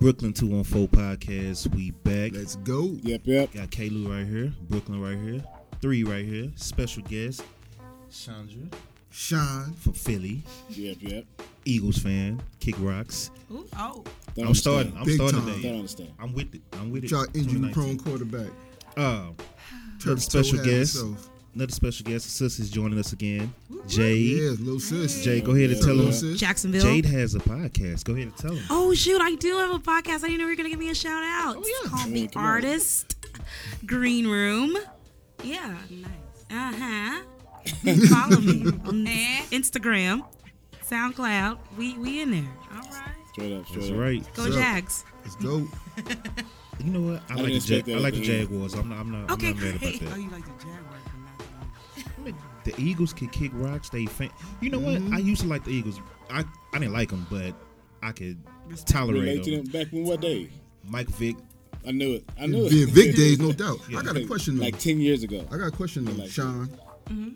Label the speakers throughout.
Speaker 1: Brooklyn 214 podcast. We back.
Speaker 2: Let's go.
Speaker 3: Yep, yep.
Speaker 1: Got Kalu right here, Brooklyn right here, three right here, special guest, Chandra
Speaker 2: Sean.
Speaker 1: from Philly,
Speaker 3: Yep, yep.
Speaker 1: Eagles fan, kick rocks.
Speaker 4: Ooh, oh,
Speaker 3: Don't
Speaker 1: I'm starting. I'm
Speaker 2: Big
Speaker 1: starting
Speaker 2: time.
Speaker 3: Don't
Speaker 1: today.
Speaker 3: understand.
Speaker 1: I'm with it. I'm with it.
Speaker 2: Y'all injury prone
Speaker 1: 2019.
Speaker 2: quarterback.
Speaker 1: Uh,
Speaker 2: Turf
Speaker 1: special
Speaker 2: toe had
Speaker 1: guest.
Speaker 2: himself.
Speaker 1: another special guest, sis is joining us again. Jade.
Speaker 2: Yeah, little sis.
Speaker 1: Jade, go ahead and
Speaker 3: Yeah,
Speaker 1: tell
Speaker 2: Little
Speaker 3: yeah.
Speaker 1: them.
Speaker 2: sis.
Speaker 4: Jacksonville.
Speaker 1: Jade has a podcast. Go ahead and tell them.
Speaker 4: Oh shoot, I do have a podcast. I didn't know you were gonna give me a shout out. It's called
Speaker 3: Yeah,
Speaker 4: The
Speaker 3: come on.
Speaker 4: Artist Green Room. Yeah. Uh huh. Follow me on Instagram, SoundCloud. We we in there. All right.
Speaker 3: Straight up, straight
Speaker 1: That's
Speaker 3: up.
Speaker 1: right.
Speaker 4: Go
Speaker 2: Sure.
Speaker 4: Jags.
Speaker 2: Let's go.
Speaker 1: You know what? I,
Speaker 3: didn't
Speaker 1: like the
Speaker 3: expect
Speaker 1: Jag- I like the
Speaker 3: anything.
Speaker 1: Jaguars. I'm not. I'm not.
Speaker 4: Okay,
Speaker 1: I'm not mad about
Speaker 4: great.
Speaker 1: that.
Speaker 5: Oh, you like the Jaguars, but not the Eagles.
Speaker 1: The Eagles could kick rocks. They, fan- you know what? I
Speaker 3: Mm-hmm.
Speaker 1: used to like the Eagles. I, I didn't like them, but I could
Speaker 3: Relate
Speaker 1: tolerate
Speaker 3: to them
Speaker 1: them.
Speaker 3: back when what day?
Speaker 1: Mike Vick.
Speaker 3: I knew it. I knew it.
Speaker 2: Being Vic days, no doubt. I got a
Speaker 3: Like-
Speaker 2: question though.
Speaker 3: Like ten years ago.
Speaker 2: I got a question though,
Speaker 3: Like-
Speaker 2: Sean.
Speaker 5: Mm-hmm.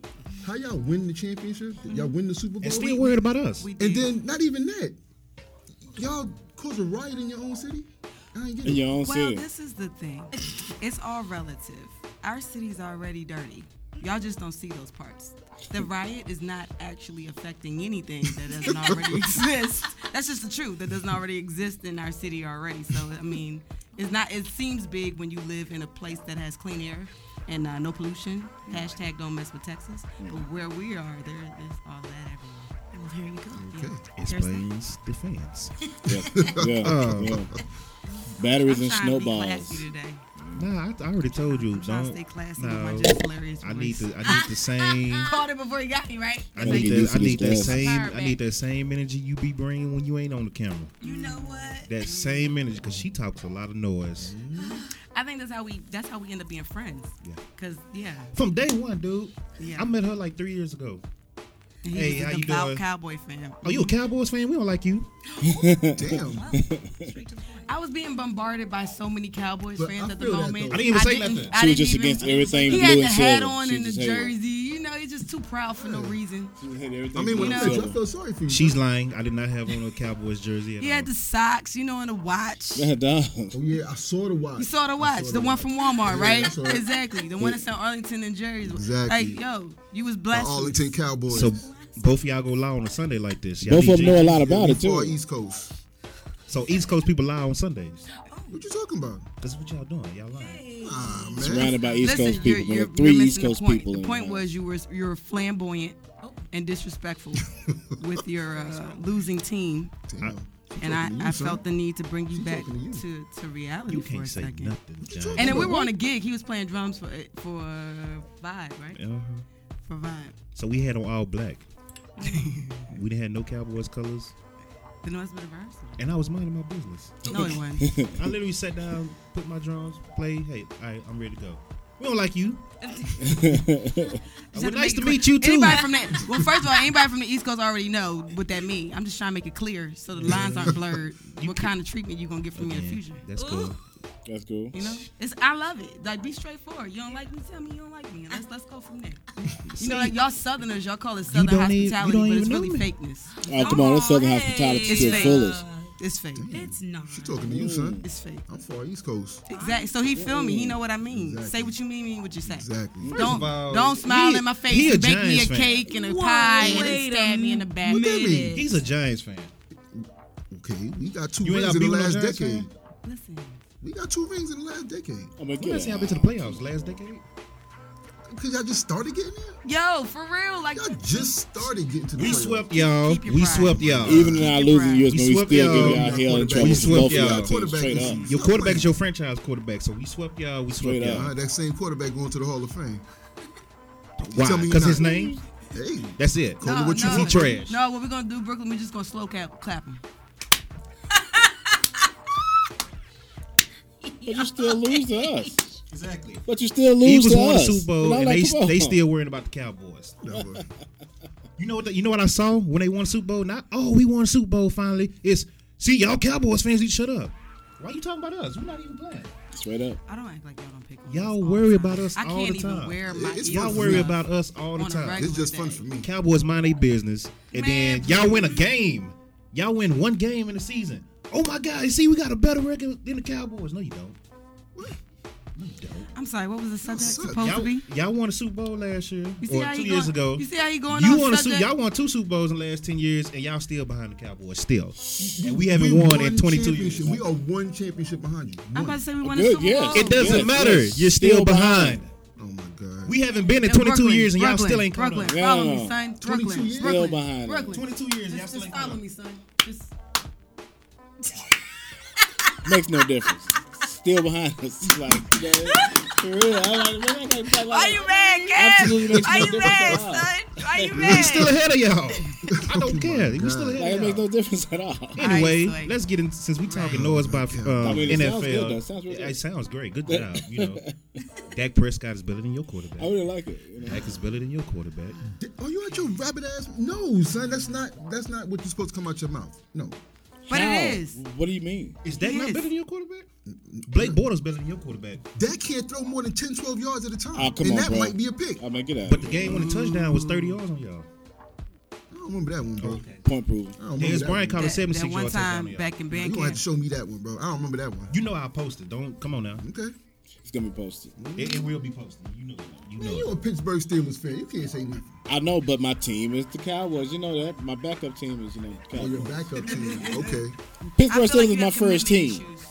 Speaker 2: How y'all win the championship? Did Y'all win the Super Bowl?
Speaker 1: And still worried about us.
Speaker 5: We did.
Speaker 2: And then not even that. Y'all cause a riot in your own city? I ain't
Speaker 3: In
Speaker 2: getting it.
Speaker 3: your own
Speaker 5: well,
Speaker 3: city.
Speaker 5: this is the thing. It's all relative. Our city's already dirty. Y'all just don't see those parts. The riot is not actually affecting anything that doesn't already exist. That's just the truth. That doesn't already exist in our city already. So I mean, it's not. It seems big when you live in a place that has clean air and uh, no pollution. Hashtag don't mess with Texas. But where we are, there is all that everywhere.
Speaker 4: Well, here you go.
Speaker 2: Okay.
Speaker 1: Explains the fans.
Speaker 3: yeah. yeah,
Speaker 2: Oh.
Speaker 3: yeah. Batteries and
Speaker 5: I'm trying to be classy
Speaker 3: snowballs.
Speaker 5: today.
Speaker 1: Nah, I, I already told you.
Speaker 5: trying to
Speaker 1: Don't.
Speaker 5: stay classy with my
Speaker 1: No.
Speaker 5: just hilarious
Speaker 1: I need
Speaker 5: voice.
Speaker 1: the. I need the same.
Speaker 5: called it before he got me right.
Speaker 1: I
Speaker 3: Gotta
Speaker 1: need
Speaker 3: get
Speaker 1: that.
Speaker 3: used
Speaker 1: I
Speaker 3: to this
Speaker 1: need that
Speaker 3: class.
Speaker 1: same.
Speaker 4: Fire
Speaker 1: I
Speaker 4: back.
Speaker 1: need that same energy you be bringing when you ain't on the camera.
Speaker 5: You know what? Mm-hmm.
Speaker 1: That same energy, because she talks a lot of noise
Speaker 5: I think that's how we that's how we end up being friends.
Speaker 1: Yeah.
Speaker 5: Cause yeah.
Speaker 1: from day one, dude.
Speaker 5: Yeah.
Speaker 1: I met her like three years ago.
Speaker 5: And he
Speaker 1: Hey,
Speaker 5: was a
Speaker 1: how you
Speaker 5: devout
Speaker 1: doing?
Speaker 5: cowboy fan.
Speaker 1: Oh, you a Cowboys fan? We don't like you.
Speaker 2: Damn.
Speaker 5: I was being bombarded by so many Cowboys
Speaker 2: But I
Speaker 5: fans at the
Speaker 2: feel that,
Speaker 5: moment.
Speaker 2: though.
Speaker 1: I didn't even say
Speaker 5: didn't-
Speaker 1: nothing.
Speaker 5: I
Speaker 3: She was
Speaker 5: didn't
Speaker 3: just
Speaker 5: even-
Speaker 3: against everything
Speaker 5: He
Speaker 3: blue
Speaker 5: had
Speaker 3: and
Speaker 5: the hat
Speaker 3: silver.
Speaker 5: on
Speaker 3: She
Speaker 5: and the
Speaker 3: just hated it.
Speaker 5: jersey. You know, he's just too proud for no reason.
Speaker 2: I mean, when I met you, I felt sorry for you.
Speaker 1: She's lying. I did not have on a Cowboys jersey. At
Speaker 5: He
Speaker 1: all.
Speaker 5: had the socks, you know, and the watch.
Speaker 3: Yeah, dog.
Speaker 2: Oh yeah, I saw the watch.
Speaker 5: You saw the
Speaker 2: I
Speaker 5: watch,
Speaker 2: saw
Speaker 5: the one from Walmart,
Speaker 2: Yeah,
Speaker 5: right?
Speaker 2: I saw it.
Speaker 5: Exactly, the one that's in Arlington and Jersey.
Speaker 2: Exactly.
Speaker 5: Like, yo, you was
Speaker 2: The
Speaker 5: blessed.
Speaker 2: Arlington Cowboys.
Speaker 1: So both of y'all go live on a Sunday like this. Y'all
Speaker 3: Both of
Speaker 1: DJs.
Speaker 3: them know a lot about
Speaker 2: Yeah,
Speaker 3: it
Speaker 2: we far
Speaker 3: too.
Speaker 2: East Coast.
Speaker 1: So East Coast people lie on Sundays.
Speaker 2: What you talking about?
Speaker 1: That's what y'all doing. Y'all lying.
Speaker 2: Ah, man.
Speaker 3: Surrounded by East
Speaker 5: Listen,
Speaker 3: Coast
Speaker 5: you're-
Speaker 3: people. man.
Speaker 5: you're-
Speaker 3: Three
Speaker 5: you're
Speaker 3: East
Speaker 5: missing the
Speaker 3: Coast
Speaker 5: point.
Speaker 3: people. in
Speaker 5: The point
Speaker 3: there.
Speaker 5: was you were you were flamboyant and disrespectful with your uh, losing team,
Speaker 2: Damn. She
Speaker 5: and
Speaker 2: talking to
Speaker 5: I,
Speaker 2: you,
Speaker 5: I
Speaker 2: son.
Speaker 5: felt the need to bring you
Speaker 2: She
Speaker 5: back
Speaker 2: talking to
Speaker 5: to, to reality
Speaker 1: You
Speaker 5: for
Speaker 1: can't
Speaker 5: a
Speaker 1: say
Speaker 5: second.
Speaker 1: nothing, John.
Speaker 2: talking
Speaker 5: And then we
Speaker 2: about
Speaker 5: were on
Speaker 2: what?
Speaker 5: a gig. He was playing drums for eh, for uh, Vibe, right?
Speaker 1: Uh-huh.
Speaker 5: For Vibe.
Speaker 1: So we had on all black. we didn't have no Cowboys colors,
Speaker 5: The noise was reversed.
Speaker 1: and I was minding my business.
Speaker 5: No, he wasn't.
Speaker 1: I literally sat down, put my drums, play. Hey, all right, I'm ready to go. We don't like you. well, nice to meet you too.
Speaker 5: Anybody from that? Well, first of all, anybody from the East Coast already know what that means. I'm just trying to make it clear so the lines aren't blurred. what kind of treatment you gonna get from me in the
Speaker 1: Yeah,
Speaker 5: future?
Speaker 1: That's cool.
Speaker 3: That's cool.
Speaker 5: You know, it's I love it. Like be straightforward. You don't like me, tell me you don't like me. and Let's let's go from there. You know, like y'all Southerners, y'all call it Southern
Speaker 1: don't even- you
Speaker 5: hospitality,
Speaker 1: don't
Speaker 5: but it's
Speaker 1: even know
Speaker 5: really
Speaker 1: me.
Speaker 5: fakeness.
Speaker 3: Oh, come on. That's Southern
Speaker 4: Alright.
Speaker 3: hospitality
Speaker 5: It's
Speaker 3: to the
Speaker 5: fake.
Speaker 3: fullest.
Speaker 5: It's fake.
Speaker 4: It's not.
Speaker 2: She talking to you, son.
Speaker 5: It's fake.
Speaker 2: I'm far East Coast.
Speaker 5: Exactly. So he feel me. He know what I mean.
Speaker 2: Exactly.
Speaker 5: Say what you mean. Mean what you say.
Speaker 2: Exactly.
Speaker 1: First
Speaker 5: Don't
Speaker 1: of all,
Speaker 5: don't smile
Speaker 1: he-
Speaker 5: in my
Speaker 1: he
Speaker 5: face
Speaker 1: a
Speaker 5: and bake me a
Speaker 1: Giants fan.
Speaker 5: cake and a
Speaker 4: Whoa,
Speaker 5: pie and
Speaker 4: wait
Speaker 5: then
Speaker 4: a
Speaker 5: stab me in the back.
Speaker 2: What that mean?
Speaker 1: He's a Giants fan.
Speaker 2: Okay, we got two
Speaker 1: You ain't
Speaker 2: rings
Speaker 1: got beef with
Speaker 2: in the
Speaker 1: no
Speaker 2: last
Speaker 1: Giants
Speaker 2: decade.
Speaker 1: fan?
Speaker 5: Listen,
Speaker 2: We got two rings in the last decade.
Speaker 3: I'm gonna
Speaker 1: You guys
Speaker 3: get
Speaker 1: seen y'all been to the playoffs last decade?
Speaker 2: Cause y'all just started getting there.
Speaker 5: yo, for real, like
Speaker 2: Y'all just started getting to the
Speaker 1: We
Speaker 2: playoffs.
Speaker 1: swept y'all.
Speaker 5: Keep your
Speaker 1: We
Speaker 5: pride.
Speaker 1: swept y'all.
Speaker 3: Even in our
Speaker 5: Keep
Speaker 3: losing
Speaker 5: it
Speaker 3: years,
Speaker 1: right.
Speaker 3: man,
Speaker 1: We
Speaker 3: we
Speaker 1: swept
Speaker 3: still
Speaker 1: y'all.
Speaker 3: give y'all hell and
Speaker 2: Quarterback.
Speaker 3: trouble.
Speaker 2: We
Speaker 3: Both
Speaker 1: swept
Speaker 3: of y'all
Speaker 1: y'all.
Speaker 3: teams, straight
Speaker 2: Quarterback
Speaker 3: up.
Speaker 2: is-
Speaker 1: Your quarterback is your franchise quarterback, so we swept y'all. We swept
Speaker 3: Straight
Speaker 1: y'all.
Speaker 2: Uh, that same quarterback going to the Hall of Fame.
Speaker 1: Why?
Speaker 2: Tell me
Speaker 1: Because
Speaker 2: you're
Speaker 1: his
Speaker 2: not.
Speaker 1: name.
Speaker 2: Hey,
Speaker 1: That's it.
Speaker 2: Call it what you
Speaker 1: He
Speaker 2: want.
Speaker 1: trash.
Speaker 5: No, what we're gonna do, Brooklyn? We're just gonna slow clap, clap him.
Speaker 3: But you still lose to us.
Speaker 1: Exactly.
Speaker 3: But you still lose
Speaker 1: Eagles
Speaker 3: to
Speaker 1: won the
Speaker 3: us.
Speaker 1: Super Bowl,
Speaker 3: Not
Speaker 1: and
Speaker 3: like, come
Speaker 1: they
Speaker 3: on.
Speaker 1: they still worrying about the Cowboys.
Speaker 2: never.
Speaker 1: You know what? The, you know what I saw when they won the Super Bowl. Not oh, we won the Super Bowl finally. It's see y'all Cowboys fans need to shut up. Why you talking about us? We're not even playing.
Speaker 3: Straight up.
Speaker 5: I don't act like y'all don't pick on
Speaker 1: Y'all
Speaker 5: us all the
Speaker 1: worry
Speaker 5: time.
Speaker 1: about us
Speaker 5: I
Speaker 1: all
Speaker 5: can't
Speaker 1: the
Speaker 5: even
Speaker 1: time.
Speaker 5: wear
Speaker 2: It-
Speaker 5: my
Speaker 2: it's
Speaker 5: ears
Speaker 1: Y'all
Speaker 2: Yes,
Speaker 1: worry
Speaker 5: up.
Speaker 1: about us all the
Speaker 5: On a
Speaker 1: time.
Speaker 5: regular-
Speaker 2: it's just fun for me.
Speaker 1: Cowboys mind their business, and
Speaker 5: Man,
Speaker 1: then y'all win a game. Y'all win one game in the season. oh my God, see, we got a better record than the Cowboys. No, you don't. No, you don't.
Speaker 5: I'm sorry. What was the subject
Speaker 2: suck.
Speaker 5: supposed Oh, to
Speaker 1: Y'all,
Speaker 5: be?
Speaker 1: y'all won a Super Bowl last year
Speaker 5: You see
Speaker 1: or
Speaker 5: how
Speaker 1: two
Speaker 5: you
Speaker 1: years
Speaker 5: going,
Speaker 1: ago.
Speaker 5: You see how you going
Speaker 1: You
Speaker 5: on
Speaker 1: won a su-
Speaker 5: subject?
Speaker 1: y'all won two Super Bowls in the last ten years, and y'all still behind the Cowboys still. And we haven't won in
Speaker 2: one
Speaker 1: twenty two years.
Speaker 2: championship. We are one championship behind you.
Speaker 5: I'm
Speaker 2: One.
Speaker 5: about to say we won a
Speaker 3: Good,
Speaker 5: Super
Speaker 3: yes.
Speaker 5: Bowl.
Speaker 3: It
Speaker 1: Oh, It doesn't
Speaker 3: Yes,
Speaker 1: matter.
Speaker 3: yes.
Speaker 1: You're still,
Speaker 3: Still
Speaker 1: behind.
Speaker 3: behind.
Speaker 2: oh my god.
Speaker 1: We haven't been in
Speaker 5: Yo,
Speaker 1: twenty two
Speaker 5: Brooklyn,
Speaker 1: years, and y'all
Speaker 5: Brooklyn,
Speaker 1: still ain't caught
Speaker 5: Brooklyn,
Speaker 1: up.
Speaker 5: follow
Speaker 3: No,
Speaker 5: me,
Speaker 3: no.
Speaker 5: son.
Speaker 2: 22
Speaker 5: Brooklyn,
Speaker 2: years.
Speaker 5: Brooklyn,
Speaker 3: Still behind.
Speaker 5: Brooklyn.
Speaker 1: Twenty two years, y'all
Speaker 5: Just,
Speaker 1: still
Speaker 5: just
Speaker 1: ain't caught
Speaker 5: follow
Speaker 1: up.
Speaker 5: me, son. Just
Speaker 3: Makes no difference. Still behind us. Like, you know, for real. I'm like, man, I gotta be like,
Speaker 4: Are you mad,
Speaker 3: Absolutely
Speaker 4: Kev?
Speaker 3: makes
Speaker 4: Are
Speaker 3: no
Speaker 4: you
Speaker 3: difference
Speaker 4: mad,
Speaker 3: at all.
Speaker 4: son? Are you
Speaker 1: We
Speaker 4: mad?
Speaker 1: still ahead of y'all. I don't care. We still
Speaker 2: Oh God.
Speaker 3: Like, it
Speaker 1: ahead of
Speaker 3: makes no
Speaker 1: y'all.
Speaker 3: difference at all.
Speaker 1: Anyway,
Speaker 5: All right, so-
Speaker 1: let's get in. Since we talking
Speaker 2: Right.
Speaker 1: noise
Speaker 3: Oh
Speaker 1: by uh,
Speaker 2: I
Speaker 3: mean, it sounds good, though.
Speaker 1: NFL,
Speaker 3: It sounds really
Speaker 1: Yeah,
Speaker 3: good.
Speaker 1: it sounds great. Good job. You know, Dak Prescott is better than your
Speaker 3: I
Speaker 1: quarterback.
Speaker 3: really like it. You know?
Speaker 1: Dak is better than your quarterback.
Speaker 2: Di- Are you at your rabbit ass? No, son. That's not. That's not what you're supposed to come out your mouth. No.
Speaker 5: But it
Speaker 3: How?
Speaker 5: is.
Speaker 3: What do you mean?
Speaker 1: Is Dak
Speaker 5: He
Speaker 1: not
Speaker 5: is.
Speaker 1: better than your quarterback? Blake Bortles better than your quarterback.
Speaker 2: That can't throw more than 10, 12 yards at a time.
Speaker 3: Oh, come
Speaker 2: and
Speaker 3: on,
Speaker 2: that
Speaker 3: bro.
Speaker 2: might be a pick.
Speaker 3: I mean, get out.
Speaker 1: But the game when the touchdown was thirty yards on y'all.
Speaker 2: I don't remember that one, bro.
Speaker 3: Point proven.
Speaker 2: I don't remember
Speaker 1: Darius
Speaker 2: that
Speaker 1: Bryant
Speaker 2: one.
Speaker 1: caught a
Speaker 5: that,
Speaker 1: seventy-six
Speaker 5: that
Speaker 1: yard
Speaker 5: one
Speaker 1: touchdown. on
Speaker 5: time
Speaker 1: y'all.
Speaker 5: back in
Speaker 2: You
Speaker 5: band
Speaker 2: gonna have to
Speaker 5: camp.
Speaker 2: show me that one, bro. I don't remember that one.
Speaker 1: You know I posted. Don't come on now.
Speaker 2: Okay.
Speaker 3: It's gonna be posted.
Speaker 1: It, it will be posted. You know. it. You
Speaker 2: Man,
Speaker 1: know.
Speaker 2: you a Pittsburgh Steelers fan. You can't say nothing.
Speaker 3: I know, but my team is the Cowboys. You know that. My backup team is, you know, the
Speaker 2: Oh, your
Speaker 3: Cowboys.
Speaker 2: backup team. Okay.
Speaker 3: Pittsburgh
Speaker 5: I feel
Speaker 3: Steelers
Speaker 5: like
Speaker 3: is
Speaker 5: you
Speaker 3: my
Speaker 5: got
Speaker 3: first
Speaker 5: commitment
Speaker 3: team.
Speaker 5: issues.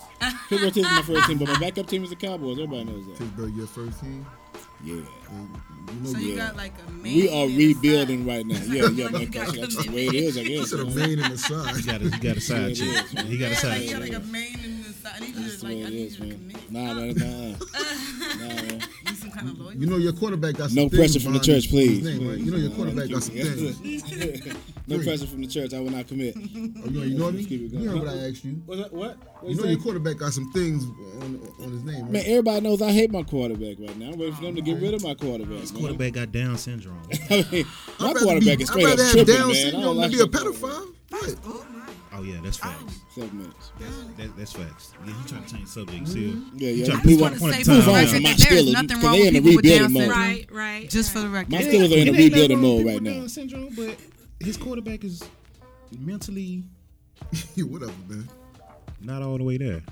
Speaker 3: Pittsburgh Steelers is my first team, but my backup team is the Cowboys. Everybody knows that.
Speaker 2: Pittsburgh, your first team.
Speaker 3: Yeah.
Speaker 2: You know
Speaker 5: So you
Speaker 3: Yeah.
Speaker 5: got like a man.
Speaker 3: We are
Speaker 5: and a
Speaker 3: rebuilding
Speaker 5: son.
Speaker 3: right now. Yeah, yeah,
Speaker 5: Like
Speaker 3: man.
Speaker 5: you
Speaker 3: That's
Speaker 5: got
Speaker 3: that's just the
Speaker 5: commitment.
Speaker 3: way it is, I
Speaker 2: you
Speaker 3: guess.
Speaker 2: should have main in the side.
Speaker 1: He got a, he got a side
Speaker 3: Yeah, it
Speaker 1: chick.
Speaker 3: is, man.
Speaker 1: He got a
Speaker 5: Yeah,
Speaker 1: side
Speaker 5: like, you got like a
Speaker 1: chick.
Speaker 5: man and a son. I need you
Speaker 3: That's
Speaker 5: to
Speaker 3: the
Speaker 5: like,
Speaker 3: way
Speaker 5: I
Speaker 3: it
Speaker 5: need
Speaker 3: is,
Speaker 5: you to
Speaker 3: man.
Speaker 5: commit.
Speaker 3: Nah, man. Nah, nah, man.
Speaker 5: You some kind of loyalty.
Speaker 2: You know your quarterback got some
Speaker 3: No
Speaker 2: things
Speaker 3: pressure from the
Speaker 2: behind
Speaker 3: church,
Speaker 2: his
Speaker 3: please.
Speaker 2: Name, right? You know your quarterback got some things.
Speaker 3: no pressure from the church. I will not commit.
Speaker 2: Oh, you ignore me?
Speaker 3: Let's keep
Speaker 2: You
Speaker 3: it going.
Speaker 2: know what I asked you.
Speaker 3: What? What? What
Speaker 2: You
Speaker 3: you
Speaker 2: know your
Speaker 3: saying?
Speaker 2: quarterback got some things on, on his name,
Speaker 3: Man,
Speaker 2: right?
Speaker 3: everybody knows I hate my quarterback right now. I'm waiting for them to get rid of my quarterback. man.
Speaker 1: Quarterback got Down syndrome.
Speaker 3: I mean, my
Speaker 2: I'd rather
Speaker 3: quarterback
Speaker 2: be-
Speaker 3: is straight
Speaker 2: I'd
Speaker 3: up
Speaker 2: rather have
Speaker 3: tripping,
Speaker 2: Down
Speaker 3: man. I
Speaker 2: syndrome
Speaker 3: don't like
Speaker 2: than be a
Speaker 3: my quarterback.
Speaker 2: pedophile. What?
Speaker 5: Oh my.
Speaker 1: Oh yeah, that's facts.
Speaker 3: Seven minutes.
Speaker 1: That, that's facts. Yeah, he trying to change
Speaker 5: Oh.
Speaker 1: subjects here.
Speaker 3: Yeah, yeah.
Speaker 1: He trying
Speaker 3: I just
Speaker 1: point-
Speaker 3: wanna
Speaker 1: point
Speaker 5: say
Speaker 1: the time
Speaker 5: for the
Speaker 1: out.
Speaker 5: record
Speaker 3: My
Speaker 5: that there is
Speaker 3: Steelers,
Speaker 5: nothing
Speaker 3: because
Speaker 5: wrong
Speaker 3: they
Speaker 5: with
Speaker 3: in a
Speaker 5: people with Down
Speaker 3: rebuilding mode.
Speaker 5: syndrome.
Speaker 4: Right, right.
Speaker 5: Just for
Speaker 4: right.
Speaker 5: the record.
Speaker 3: My Steelers
Speaker 1: It
Speaker 3: are in a
Speaker 1: ain't nothing
Speaker 3: rebuilding
Speaker 1: wrong with people
Speaker 3: mode right
Speaker 1: with
Speaker 3: now.
Speaker 1: Down syndrome, but his quarterback is mentally
Speaker 2: Yeah, whatever, man.
Speaker 1: not all the way there.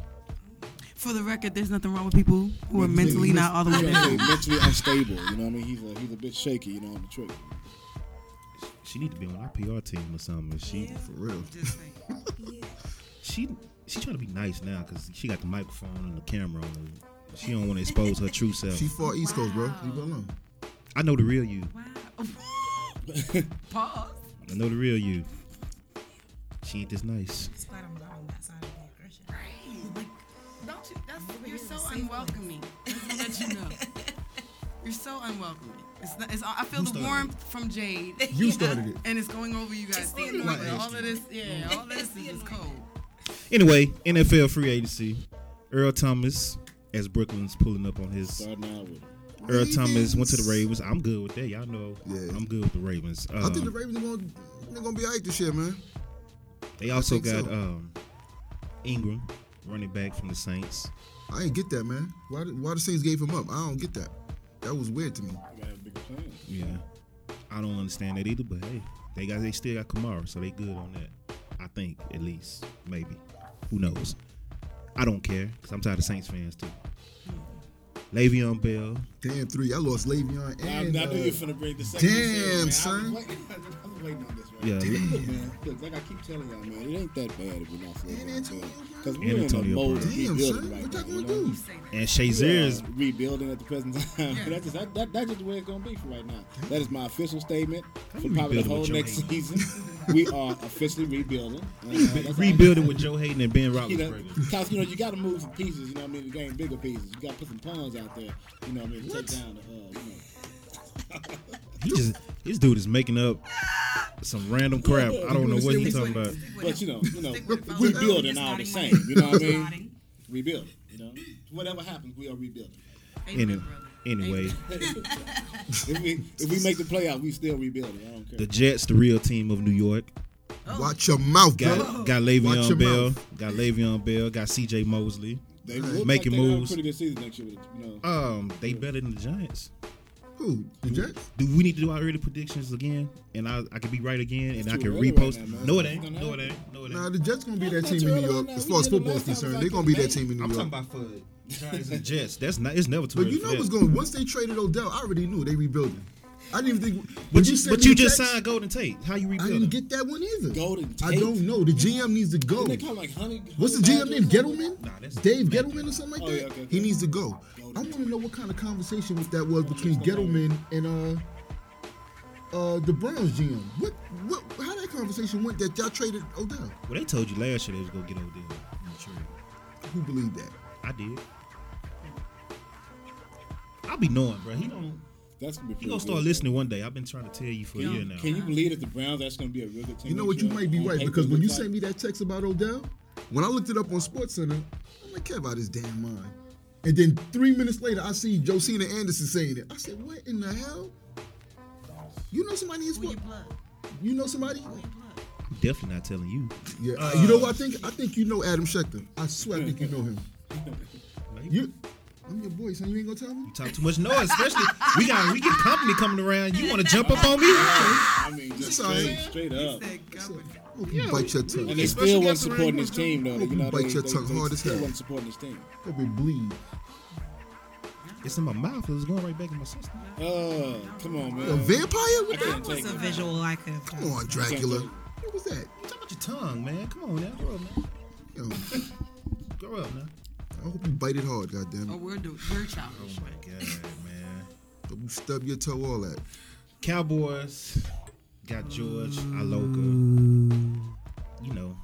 Speaker 5: For the record, there's nothing wrong with people who are mentally not all the way
Speaker 3: He's
Speaker 5: there.
Speaker 3: mentally unstable. You know what I mean? He's a, he's a bit shaky. You know on the trick.
Speaker 1: She need to be on our PR team or something. She
Speaker 2: For real.
Speaker 5: Just saying.
Speaker 1: she she trying to be nice now because she got the microphone and the camera on. Her. She don't want to expose her true self.
Speaker 2: She fought East Coast, bro. Leave her alone.
Speaker 1: I know the real you.
Speaker 5: Wow. Pause.
Speaker 1: I know the real you. She ain't this nice.
Speaker 6: Just glad I'm not on that side of the aggression.
Speaker 5: Like, don't you? That's you're
Speaker 6: here is
Speaker 5: so
Speaker 6: a safe
Speaker 5: unwelcoming. Let's let you know. You're so unwelcoming. It's not, it's, I feel the
Speaker 1: started
Speaker 5: warmth from Jade,
Speaker 2: You started it.
Speaker 5: and it's going over you guys.
Speaker 6: the
Speaker 5: All
Speaker 6: annoyance.
Speaker 5: of- all of this, yeah, all of this is just cold.
Speaker 1: Anyway, NFL free agency. Earl Thomas, as Brooklyn's pulling up on his.
Speaker 3: Starting out with him.
Speaker 1: Earl Thomas went to the
Speaker 2: Ravens.
Speaker 1: Ravens. I'm good with that. Y'all know
Speaker 2: Yeah.
Speaker 1: I'm good with the Ravens.
Speaker 2: I think the
Speaker 1: Um,
Speaker 2: Ravens are gonna they're gonna be alright this year, man.
Speaker 1: they also
Speaker 2: think so.
Speaker 1: got um, Ingram, running back from the Saints.
Speaker 2: I ain't get that, man. Why did- why the Saints gave him up? I don't get that. That was weird to me.
Speaker 3: We gotta have bigger plans.
Speaker 1: Yeah, I don't understand that either. But hey, they got they still got Kamara, so they good on that. I think at least maybe, who knows? I don't care because I'm tired of Saints fans too. Le'Veon Bell,
Speaker 2: Damn three. I lost Le'Veon
Speaker 3: I, I
Speaker 2: and
Speaker 3: knew you were
Speaker 2: uh,
Speaker 3: finna bring the second. one,
Speaker 2: damn,
Speaker 3: man. I
Speaker 2: son.
Speaker 3: was, waiting, I was waiting on this. Right?
Speaker 1: yeah, Le-
Speaker 3: Look, man, look, like I keep telling y'all, man, it ain't that bad if we lost
Speaker 2: And Antonio Brown.
Speaker 3: Because we're in a
Speaker 1: Antonio
Speaker 3: mode
Speaker 1: Brown.
Speaker 3: of
Speaker 2: damn
Speaker 3: rebuilding
Speaker 2: son,
Speaker 3: right
Speaker 2: what
Speaker 3: now.
Speaker 2: y'all
Speaker 3: you
Speaker 2: gonna
Speaker 3: know?
Speaker 2: do?
Speaker 1: and
Speaker 3: Yeah,
Speaker 1: Shazier is
Speaker 3: rebuilding at the present time. that's, just, that, that, that's just the way it's gonna be for right now. That is my official statement for probably the
Speaker 1: rebuilding
Speaker 3: whole
Speaker 1: with your
Speaker 3: next
Speaker 1: hand.
Speaker 3: season. we are officially rebuilding. Uh, that's all.
Speaker 1: rebuilding with Joe Hayden and Ben
Speaker 3: You know,
Speaker 1: Roethlisberger.
Speaker 3: cause you know you got to move some pieces. You know, what I mean, the game bigger pieces. You got to put some pawns out there. You know, what I mean, to take down the. Uh, you know,
Speaker 1: He just this dude is making up some random crap. I don't know what he's talking about.
Speaker 3: But you know, you know,
Speaker 5: Stick with it.
Speaker 3: rebuilding
Speaker 6: Just
Speaker 3: all the
Speaker 6: nodding my
Speaker 3: same. You know what I
Speaker 6: head.
Speaker 3: mean?
Speaker 6: Nodding.
Speaker 3: Rebuilding. You know, whatever happens, we are rebuilding.
Speaker 1: Any, anyway,
Speaker 3: If we if we make the playoff, we still rebuilding. I don't care.
Speaker 1: the Jets, the real team of New York,
Speaker 3: oh.
Speaker 2: Watch your mouth,
Speaker 1: got
Speaker 2: brother.
Speaker 1: got
Speaker 2: Watch your
Speaker 1: Le'Veon Bell,
Speaker 2: mouth.
Speaker 1: got Le'Veon Bell, got C.J. Mosley.
Speaker 3: they look
Speaker 1: making
Speaker 3: like they have a
Speaker 1: moves.
Speaker 3: Pretty good season next year. with it, You know,
Speaker 1: Um, they better than the Giants.
Speaker 2: Who? The Jets?
Speaker 1: Do we need to do our early predictions again? And I, I could be right again, and I
Speaker 3: too
Speaker 1: can
Speaker 3: early right
Speaker 1: repost.
Speaker 3: now, man.
Speaker 1: no, it
Speaker 3: It's
Speaker 1: ain't.
Speaker 3: gonna
Speaker 1: No, it
Speaker 3: happen.
Speaker 1: ain't. No, it
Speaker 2: Nah,
Speaker 1: ain't.
Speaker 2: the Jets gonna be that
Speaker 3: That's
Speaker 2: team
Speaker 3: too
Speaker 2: in New
Speaker 3: early
Speaker 2: York.
Speaker 3: right now.
Speaker 2: As
Speaker 3: We
Speaker 2: far as
Speaker 3: did it
Speaker 2: football is
Speaker 3: last time, it was
Speaker 2: concerned,
Speaker 3: like
Speaker 2: they gonna be that
Speaker 3: Tampa
Speaker 2: team in New
Speaker 1: I'm talking
Speaker 2: York.
Speaker 1: about for Giants and Jets. That's not. It's never too
Speaker 2: But
Speaker 1: early
Speaker 2: you
Speaker 1: for
Speaker 2: know
Speaker 1: that.
Speaker 2: what's going? Once they traded Odell, I already knew they rebuilding. I didn't even think. when
Speaker 1: But you,
Speaker 2: sent
Speaker 1: but
Speaker 2: me
Speaker 1: you
Speaker 2: the
Speaker 1: just
Speaker 2: text,
Speaker 1: signed Golden Tate. How you
Speaker 2: I
Speaker 1: rebuilding?
Speaker 2: didn't get that one either.
Speaker 3: Golden
Speaker 2: I
Speaker 3: Tate?
Speaker 2: don't know. The GM needs to go.
Speaker 3: Didn't they call him, like honey.
Speaker 2: Oh. What's the GM name? Gettleman?
Speaker 1: Nah, that's-
Speaker 2: Dave Gettleman or something like
Speaker 3: Oh,
Speaker 2: that.
Speaker 3: yeah, okay, okay.
Speaker 2: He needs to go.
Speaker 3: Golden
Speaker 2: I want to know what kind of conversation was that was between Gettleman and uh uh the Browns GM. What what? How that conversation went that y'all traded Odell?
Speaker 1: Well, they told you last year they was gonna get Odell. in the trade.
Speaker 2: Who believed that?
Speaker 1: I did. I'll be knowing, bro. He don't.
Speaker 3: That's gonna be.
Speaker 1: He gonna
Speaker 3: pretty
Speaker 1: start
Speaker 3: good.
Speaker 1: listening one day. I've been trying to tell you for a year now.
Speaker 3: Can you believe that the Browns that's gonna be a really good team?
Speaker 2: You know what?
Speaker 3: next
Speaker 2: You
Speaker 3: year?
Speaker 2: might be
Speaker 3: On
Speaker 2: right
Speaker 3: paper,
Speaker 2: because when
Speaker 3: it
Speaker 2: you
Speaker 3: looks
Speaker 2: sent me
Speaker 3: like-
Speaker 2: that text about Odell, when I looked it up on SportsCenter, I'm like, care about his damn mind. And then three minutes later, I see Josina Anderson saying it. I said, what in the hell? You know somebody in
Speaker 5: Who you
Speaker 2: sports?
Speaker 5: plug?
Speaker 2: You know somebody?
Speaker 5: Who you plug?
Speaker 1: I'm definitely not telling you.
Speaker 2: Yeah. I- you know what I think? I think you know Adam Schefter. I swear, I think you know him. You, I'm your boy, son. You ain't gonna tell me?
Speaker 1: You talk too much noise, especially we got we get company coming around. You want to jump up on me?
Speaker 3: I mean,
Speaker 2: That's
Speaker 3: just
Speaker 2: all
Speaker 3: straight,
Speaker 2: right.
Speaker 3: straight
Speaker 5: He
Speaker 3: up.
Speaker 5: said
Speaker 2: So,
Speaker 5: company.
Speaker 2: I hope you bite your tongue.
Speaker 3: And they
Speaker 1: Especially
Speaker 3: still
Speaker 1: got
Speaker 3: wasn't
Speaker 1: some
Speaker 3: supporting
Speaker 1: ring
Speaker 3: this team, though.
Speaker 2: Hope
Speaker 3: You
Speaker 2: you
Speaker 3: know,
Speaker 2: bite
Speaker 3: they,
Speaker 2: your
Speaker 3: they,
Speaker 2: tongue
Speaker 3: they
Speaker 2: hard as
Speaker 3: still
Speaker 2: hell.
Speaker 3: wasn't supporting this team.
Speaker 2: Hope it bleed.
Speaker 1: It's in my mouth. It was going right back in my system.
Speaker 3: Oh, come on,
Speaker 2: A
Speaker 3: man.
Speaker 2: vampire? What
Speaker 3: I
Speaker 2: the?
Speaker 3: can't
Speaker 6: What's
Speaker 3: take
Speaker 6: a
Speaker 3: it.
Speaker 6: visual I could have
Speaker 2: Come
Speaker 6: done?
Speaker 2: on, Dracula. What was that?
Speaker 1: You talk about your tongue, man. Come on now, grow up, man.
Speaker 2: Yo,
Speaker 1: Grow up now.
Speaker 2: I hope you bite it hard, goddamn.
Speaker 5: Oh, we're do- we're childish.
Speaker 1: My God, man.
Speaker 2: Hope you stub your toe all that.
Speaker 1: Cowboys got George Aloka. You know,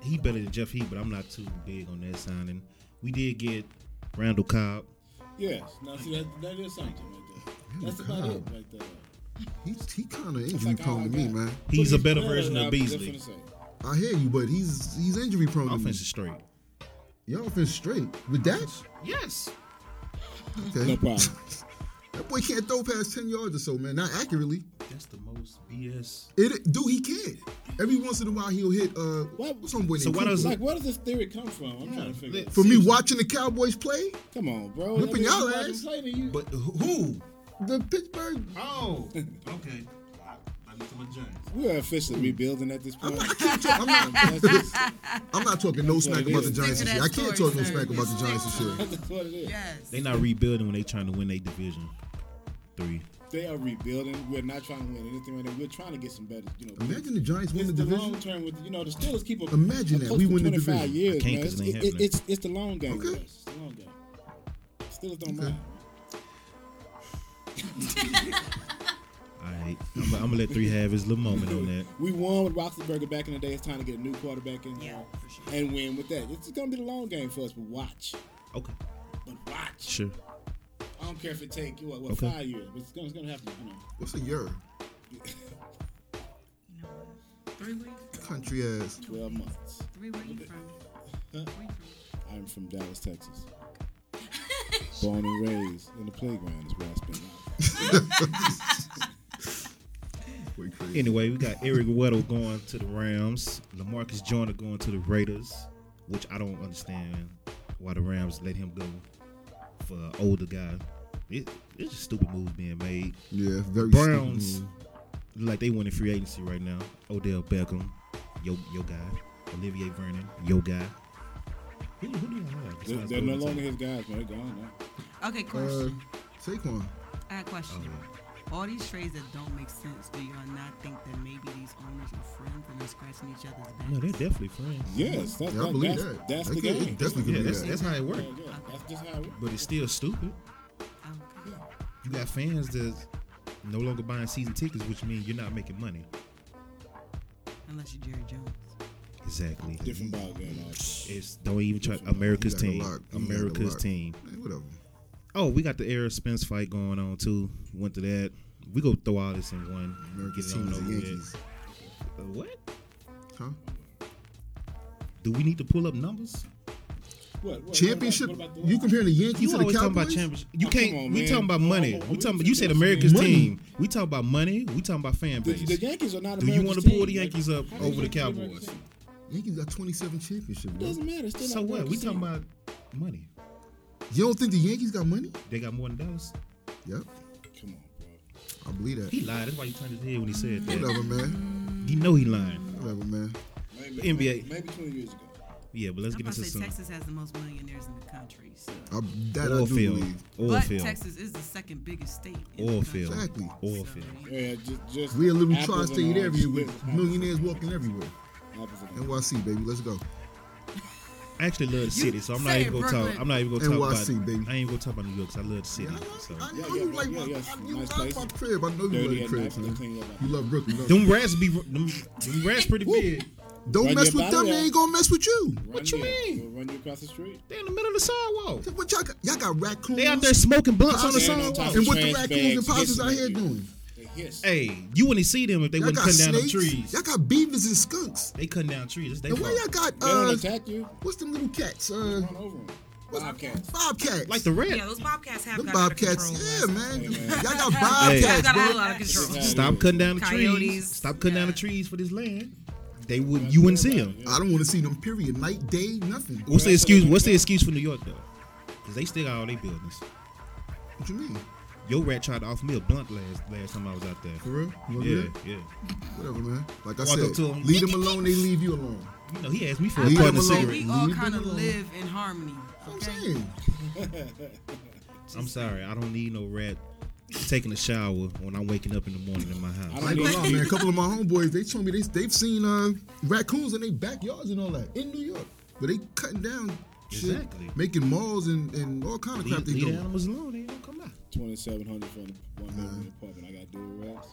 Speaker 1: he better than Jeff Heat, but I'm not too big on that signing. We did get Randall Cobb.
Speaker 3: Yes. Now, see, that, that is something right there. That's about it right there.
Speaker 2: He's he kind of
Speaker 3: That's
Speaker 2: injury
Speaker 5: oh,
Speaker 3: like all
Speaker 2: prone
Speaker 3: I
Speaker 2: to me,
Speaker 3: got.
Speaker 2: man.
Speaker 1: He's a better
Speaker 3: Yeah,
Speaker 1: version
Speaker 3: I
Speaker 1: of
Speaker 3: was
Speaker 1: Beasley.
Speaker 3: just finna say.
Speaker 2: I hear you, but he's he's injury prone. To me.
Speaker 1: Offense is straight.
Speaker 2: Your offense straight with that.
Speaker 1: Yes.
Speaker 2: Okay.
Speaker 3: No problem.
Speaker 2: That boy can't throw past ten yards or so, man. Not accurately.
Speaker 1: That's the most BS.
Speaker 2: It dude, he can. Every once in a while, he'll hit. Uh,
Speaker 3: What-
Speaker 2: what's some boy
Speaker 1: So
Speaker 2: named
Speaker 1: why
Speaker 2: Cooper?
Speaker 1: does-
Speaker 3: like, where does this theory come from? I'm trying to figure. it out.
Speaker 2: For me, watching the Cowboys play
Speaker 3: Come on, bro.
Speaker 2: Whipping
Speaker 3: you
Speaker 2: y'all
Speaker 3: watch him
Speaker 2: ass.
Speaker 3: play, then you-
Speaker 1: But who?
Speaker 2: the Pittsburgh,
Speaker 1: Oh, okay. I need some Giants.
Speaker 3: we are officially rebuilding at this
Speaker 2: I'm
Speaker 3: point.
Speaker 2: not, I can't talk, I'm not,
Speaker 3: that's, just,
Speaker 2: I'm not talking no smack about the Giants this year. I can't talk no
Speaker 5: Stick to that
Speaker 2: smack about the
Speaker 5: story,
Speaker 2: Giants this year.
Speaker 3: that's what it is.
Speaker 5: Yes.
Speaker 1: They not rebuilding when they trying to win their division three.
Speaker 3: They are rebuilding. We're not trying to win anything right now. We're trying to get some better. You know,
Speaker 2: Imagine the Giants win
Speaker 3: it's
Speaker 2: the
Speaker 3: the long
Speaker 2: division.
Speaker 3: term with you know the Steelers keep. A,
Speaker 2: Imagine
Speaker 3: a
Speaker 2: that.
Speaker 3: close
Speaker 2: We
Speaker 3: to
Speaker 2: win the
Speaker 3: 25
Speaker 2: division.
Speaker 3: Years,
Speaker 1: I can't
Speaker 3: man.
Speaker 1: 'cause it
Speaker 3: It's-
Speaker 1: ain't
Speaker 3: it-
Speaker 1: happening.
Speaker 3: it's it's the long game.
Speaker 2: Okay.
Speaker 3: bro. It's the long game. Steelers don't mind.
Speaker 1: All right, I'm, I'm gonna let three have his little moment on that.
Speaker 3: We won with Roethlisberger back in the day. It's time to get a new quarterback in there and win with that. It's going to be the long game for us, but watch.
Speaker 1: Okay,
Speaker 3: But watch.
Speaker 1: sure.
Speaker 3: I don't care if it take what, what
Speaker 1: Okay.
Speaker 3: five years, but it's going, it's going to happen. You know,
Speaker 2: What's a year?
Speaker 5: Three weeks.
Speaker 2: Country ass.
Speaker 3: twelve months.
Speaker 5: Three where you from? Where you from?
Speaker 3: I'm from Dallas, Texas. Born and raised in the playground is where I spent. my life.
Speaker 2: Boy, crazy.
Speaker 1: Anyway, we got Eric Weddle going to the Rams. Lamarcus Joyner going to the Raiders, which I don't understand why the Rams let him go for an older guy. It, it's just stupid moves being made.
Speaker 2: Yeah, very
Speaker 1: Browns
Speaker 2: stupid.
Speaker 1: look Mm-hmm. like they winning free agency right now. Odell Beckham, yo yo guy, Olivier Vernon, yo guy. Who, who do you have?
Speaker 3: They're,
Speaker 1: besides
Speaker 3: they're no
Speaker 1: Golden
Speaker 3: longer
Speaker 1: Tate?
Speaker 3: his guys, man. They're gone now.
Speaker 5: Okay,
Speaker 2: Uh,
Speaker 5: question.
Speaker 2: Saquon.
Speaker 5: I had a
Speaker 1: Oh,
Speaker 5: question.
Speaker 1: yeah.
Speaker 5: All these trades that don't make sense, do y'all not think that maybe these owners are friends and they're scratching each other's back?
Speaker 1: No, they're definitely friends.
Speaker 3: Yes, that's,
Speaker 2: Yeah, I
Speaker 3: that,
Speaker 2: believe
Speaker 3: that's,
Speaker 2: that.
Speaker 3: that's
Speaker 2: That
Speaker 3: the
Speaker 2: could-
Speaker 3: game.
Speaker 2: It definitely could
Speaker 1: Yeah,
Speaker 2: be
Speaker 1: that's
Speaker 2: that.
Speaker 1: that's how it
Speaker 3: yeah,
Speaker 1: works.
Speaker 3: yeah, that's just how it works.
Speaker 1: But it's still stupid.
Speaker 5: Okay.
Speaker 1: You got fans that no longer buying season tickets, which means you're not making money.
Speaker 5: Unless you're Jerry Jones.
Speaker 1: Exactly.
Speaker 3: Different ball game. also.
Speaker 1: It's don't even try America's
Speaker 2: You got a
Speaker 1: team.
Speaker 2: lot. You got a
Speaker 1: America's
Speaker 2: lot.
Speaker 1: team.
Speaker 2: Man, whatever.
Speaker 1: Oh, we got the Air Spence fight going on too. Went to that. We go throw all this in one.
Speaker 2: America's
Speaker 1: get it on
Speaker 2: team is the
Speaker 1: over with.
Speaker 2: Yankees.
Speaker 1: Uh, What?
Speaker 2: Huh?
Speaker 1: Do we need to pull up numbers?
Speaker 3: What, what,
Speaker 2: Championship?
Speaker 3: What about, what about the
Speaker 2: You comparing the
Speaker 1: You
Speaker 2: Yankees to the
Speaker 1: always talking about
Speaker 2: Cowboys?
Speaker 1: championship. You
Speaker 3: Oh,
Speaker 1: can't.
Speaker 3: come on,
Speaker 1: we
Speaker 3: man.
Speaker 1: talking about money. we
Speaker 3: Oh, oh, oh,
Speaker 1: talking.
Speaker 3: we
Speaker 1: You
Speaker 3: talking
Speaker 1: said
Speaker 3: about
Speaker 1: America's
Speaker 2: money.
Speaker 1: team. We talking about money. We talking about fan
Speaker 3: the,
Speaker 1: base.
Speaker 3: the Yankees are not.
Speaker 1: Do you
Speaker 3: want
Speaker 1: wanna
Speaker 3: to
Speaker 1: pull the Yankees up over the Cowboys?
Speaker 2: Yankees got 27 championships,
Speaker 3: It
Speaker 2: bro.
Speaker 3: doesn't matter. It's still
Speaker 1: so
Speaker 3: not
Speaker 1: what? We
Speaker 3: America's
Speaker 1: talking
Speaker 3: team.
Speaker 1: about money.
Speaker 2: You don't think the Yankees got money?
Speaker 1: They got more than Dallas.
Speaker 2: Yep.
Speaker 3: Come on,
Speaker 2: I believe that.
Speaker 1: He lied. That's why you turned his head when he said that.
Speaker 2: Whatever, man.
Speaker 1: You know he lying.
Speaker 2: Whatever, man.
Speaker 3: Maybe,
Speaker 1: NBA.
Speaker 3: Maybe 20 years ago.
Speaker 1: Yeah, but let's
Speaker 5: I'm
Speaker 1: get
Speaker 5: about to
Speaker 1: into
Speaker 5: say
Speaker 1: some
Speaker 5: Texas has the most millionaires in the country. So.
Speaker 2: I, that
Speaker 1: oil
Speaker 2: I do
Speaker 1: field.
Speaker 2: believe.
Speaker 1: Oil
Speaker 5: But
Speaker 1: field.
Speaker 5: Texas is the second biggest state. in the
Speaker 1: Oil
Speaker 5: country.
Speaker 1: field.
Speaker 2: Exactly.
Speaker 1: Oil
Speaker 5: So,
Speaker 1: field.
Speaker 5: yeah.
Speaker 3: Yeah, just, just
Speaker 2: We a little
Speaker 3: apples and
Speaker 2: tri-state
Speaker 3: oranges.
Speaker 2: area with
Speaker 3: Apples
Speaker 2: millionaires
Speaker 3: and
Speaker 2: walking everywhere.
Speaker 3: Apples and oranges.
Speaker 2: NYC, baby. Let's go.
Speaker 1: I actually love the city, so I'm not
Speaker 5: said
Speaker 1: even gonna talk.
Speaker 5: Brooklyn.
Speaker 1: I'm not even gonna talk
Speaker 2: NYC,
Speaker 1: about.
Speaker 2: baby.
Speaker 1: I ain't gonna talk about New York 'cause I love the city. So.
Speaker 2: I know
Speaker 3: Yeah, yeah,
Speaker 2: you like
Speaker 3: yeah,
Speaker 2: my,
Speaker 3: yes,
Speaker 2: I, you
Speaker 3: nice
Speaker 2: like my
Speaker 3: places.
Speaker 2: crib. I know you
Speaker 3: Dirty
Speaker 2: like
Speaker 3: at
Speaker 2: cribs,
Speaker 3: night, they
Speaker 2: man.
Speaker 3: clean it up.
Speaker 2: You love Brooklyn. don't you?
Speaker 1: Them rats be them, them rats pretty big.
Speaker 2: Don't
Speaker 3: Run
Speaker 2: mess
Speaker 3: your
Speaker 2: with
Speaker 3: body
Speaker 2: them. They
Speaker 3: out.
Speaker 2: ain't gonna mess with you.
Speaker 1: What
Speaker 3: Run
Speaker 1: you
Speaker 3: you-
Speaker 1: mean?
Speaker 3: We'll run you across the street.
Speaker 1: They in the middle of the sidewalk.
Speaker 2: What y'all got? Y'all got raccoons.
Speaker 1: They out there smoking blunts on the
Speaker 3: Stand on top
Speaker 1: sidewalk.
Speaker 3: of
Speaker 2: And what the
Speaker 3: Trash
Speaker 2: raccoons and
Speaker 3: bags,
Speaker 2: possums
Speaker 3: hissing
Speaker 2: out
Speaker 3: at
Speaker 2: here
Speaker 3: you.
Speaker 2: doing?
Speaker 3: They hiss.
Speaker 1: Hey, you wouldn't see them if they
Speaker 2: Y'all
Speaker 1: wouldn't
Speaker 2: got
Speaker 1: cut down them
Speaker 2: snakes.
Speaker 1: trees.
Speaker 2: Y'all got beavers and skunks.
Speaker 1: They cutting down trees. It's their
Speaker 2: And why y'all
Speaker 1: fault.
Speaker 2: got
Speaker 3: They don't
Speaker 2: uh?
Speaker 3: attack you.
Speaker 2: What's them little cats? Uh,
Speaker 3: Run over them. Bobcats.
Speaker 2: bobcats.
Speaker 1: Like the rat.
Speaker 4: Yeah, those Bobcats have
Speaker 2: them
Speaker 4: got under
Speaker 2: bobcats.
Speaker 4: control.
Speaker 2: Yeah, man. Y'all got
Speaker 1: Hey.
Speaker 4: They've
Speaker 2: bobcats,
Speaker 4: got a whole
Speaker 2: bro.
Speaker 4: lot of control.
Speaker 1: Stop cutting down the trees.
Speaker 4: Coyotes.
Speaker 1: Stop cutting down the
Speaker 4: Yeah.
Speaker 1: trees for this land. They would. You wouldn't see them.
Speaker 2: I don't want to see them. Period. Night, day, nothing.
Speaker 1: What's the excuse? What's the excuse for New York though? Because they still got all their buildings.
Speaker 2: What you mean?
Speaker 1: Your rat tried to offer me a blunt last last time I was out there.
Speaker 2: For real? You wanna do
Speaker 1: Yeah,
Speaker 2: that?
Speaker 1: yeah.
Speaker 2: Whatever, man. Like I
Speaker 1: Walk up
Speaker 2: said,
Speaker 1: to 'em.
Speaker 2: leave them alone. They leave you alone.
Speaker 1: You know, Oh, he asked me for a
Speaker 2: Leave
Speaker 1: carton
Speaker 2: them
Speaker 1: of
Speaker 2: alone.
Speaker 1: cigarettes.
Speaker 5: We all
Speaker 2: Leave them
Speaker 5: kind of
Speaker 2: alone.
Speaker 5: live in harmony.
Speaker 2: That's what I'm
Speaker 5: Okay?
Speaker 2: saying.
Speaker 1: I'm sorry, I don't need no rat taking a shower when I'm waking up in the morning in my
Speaker 3: I
Speaker 1: house.
Speaker 3: don't
Speaker 2: Like
Speaker 3: need
Speaker 2: a lot, man. A couple of my homeboys, they told me they they've seen uh, raccoons in their backyards and all that in New York, but they cutting down shit,
Speaker 1: Exactly.
Speaker 2: making malls and, and all kind of crap
Speaker 1: Leave,
Speaker 2: they
Speaker 1: leave the
Speaker 2: doing.
Speaker 1: animals alone. They don't come out.
Speaker 3: 2700 from the one bedroom apartment. I got dual rats.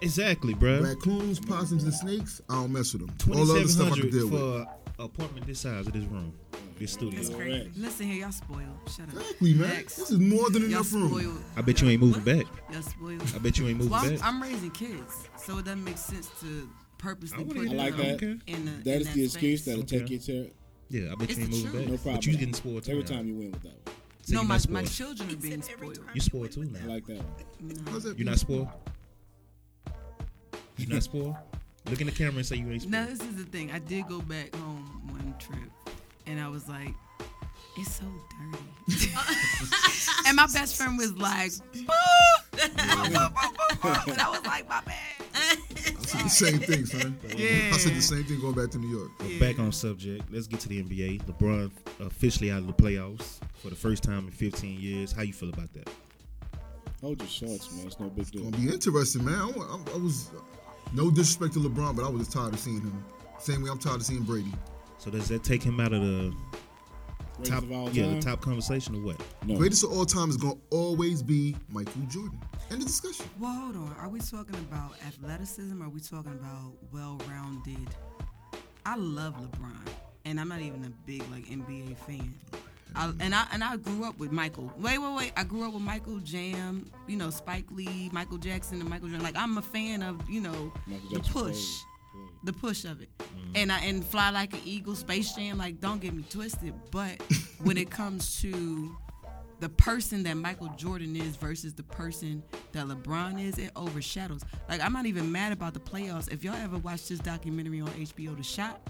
Speaker 1: Exactly, bro.
Speaker 2: Raccoons, possums, and snakes. I don't mess with them. All the other
Speaker 1: Twenty seven
Speaker 2: stuff I can
Speaker 1: hundred
Speaker 2: deal with.
Speaker 1: for an apartment this size of this room, this
Speaker 4: That's
Speaker 1: studio.
Speaker 3: crazy.
Speaker 4: great.
Speaker 5: Listen here, y'all spoiled. Shut up.
Speaker 2: Exactly, man.
Speaker 5: Next.
Speaker 2: This is more than
Speaker 5: Y'all
Speaker 2: enough room.
Speaker 5: spoiled.
Speaker 1: I bet you ain't moving back.
Speaker 5: Y'all spoiled.
Speaker 1: I bet you ain't moving
Speaker 5: Well, I'm,
Speaker 1: back.
Speaker 5: I'm raising kids, so it doesn't make sense to
Speaker 1: I
Speaker 5: purposely
Speaker 1: wouldn't
Speaker 5: put them
Speaker 1: even-
Speaker 3: I like that.
Speaker 5: in the.
Speaker 3: That
Speaker 5: in
Speaker 3: is
Speaker 5: that
Speaker 3: the excuse
Speaker 5: space.
Speaker 3: that'll
Speaker 1: Okay.
Speaker 3: take you to
Speaker 1: yeah, I bet
Speaker 5: It's
Speaker 1: you ain't
Speaker 5: the
Speaker 1: moving
Speaker 5: truth.
Speaker 1: back.
Speaker 3: no problem.
Speaker 1: But you getting spoiled too.
Speaker 3: Every
Speaker 1: now.
Speaker 3: time you win with that one.
Speaker 1: So
Speaker 5: No,
Speaker 1: you're
Speaker 5: my,
Speaker 1: not
Speaker 5: my
Speaker 1: spoiled.
Speaker 5: children are being
Speaker 6: Except every
Speaker 5: spoiled.
Speaker 6: time.
Speaker 1: You spoiled too
Speaker 3: I
Speaker 1: now.
Speaker 3: like that one.
Speaker 2: How's that?
Speaker 1: You not spoiled? You not spoiled? Look in the camera and say you ain't spoiled.
Speaker 5: Now this is the thing. I did go back home one trip, and I was like, "It's so dirty." and my best friend was like, "Boo!" and I was like, "My bad."
Speaker 2: I said the same thing, son.
Speaker 5: Yeah.
Speaker 2: I said the same thing going back to New York.
Speaker 1: But back on subject, let's get to the NBA. LeBron officially out of the playoffs for the first time in 15 years. How you feel about that?
Speaker 3: Hold your shorts, man. It's no big deal.
Speaker 2: Gonna be interesting, man. I, wa- I- I was no disrespect to LeBron, but I was just tired of seeing him. Same way I'm tired of seeing Brady.
Speaker 1: So does that take him out of the
Speaker 3: Greatest
Speaker 1: top?
Speaker 3: of all
Speaker 1: Yeah,
Speaker 3: time?
Speaker 1: the top conversation or what?
Speaker 3: No.
Speaker 2: Greatest of all time is gonna always be Michael Jordan. End of discussion.
Speaker 5: Well, hold on. Are we talking about athleticism? Or are we talking about well-rounded? I love LeBron, and I'm not even a big like NBA fan. I, and I and I grew up with Michael. Wait, wait, wait. I grew up with Michael Jam, you know, Spike Lee, Michael Jackson, and Michael Jordan. Like I'm a fan of you know
Speaker 3: Michael
Speaker 5: the
Speaker 3: Jackson Mm-hmm.
Speaker 5: push, the push of it. And I and Fly Like an Eagle, Space Jam. Like don't get me twisted, but when it comes to the person that Michael Jordan is versus the person that LeBron is, it overshadows. Like I'm not even mad about the playoffs. If y'all ever watched this documentary on HBO, The Shot,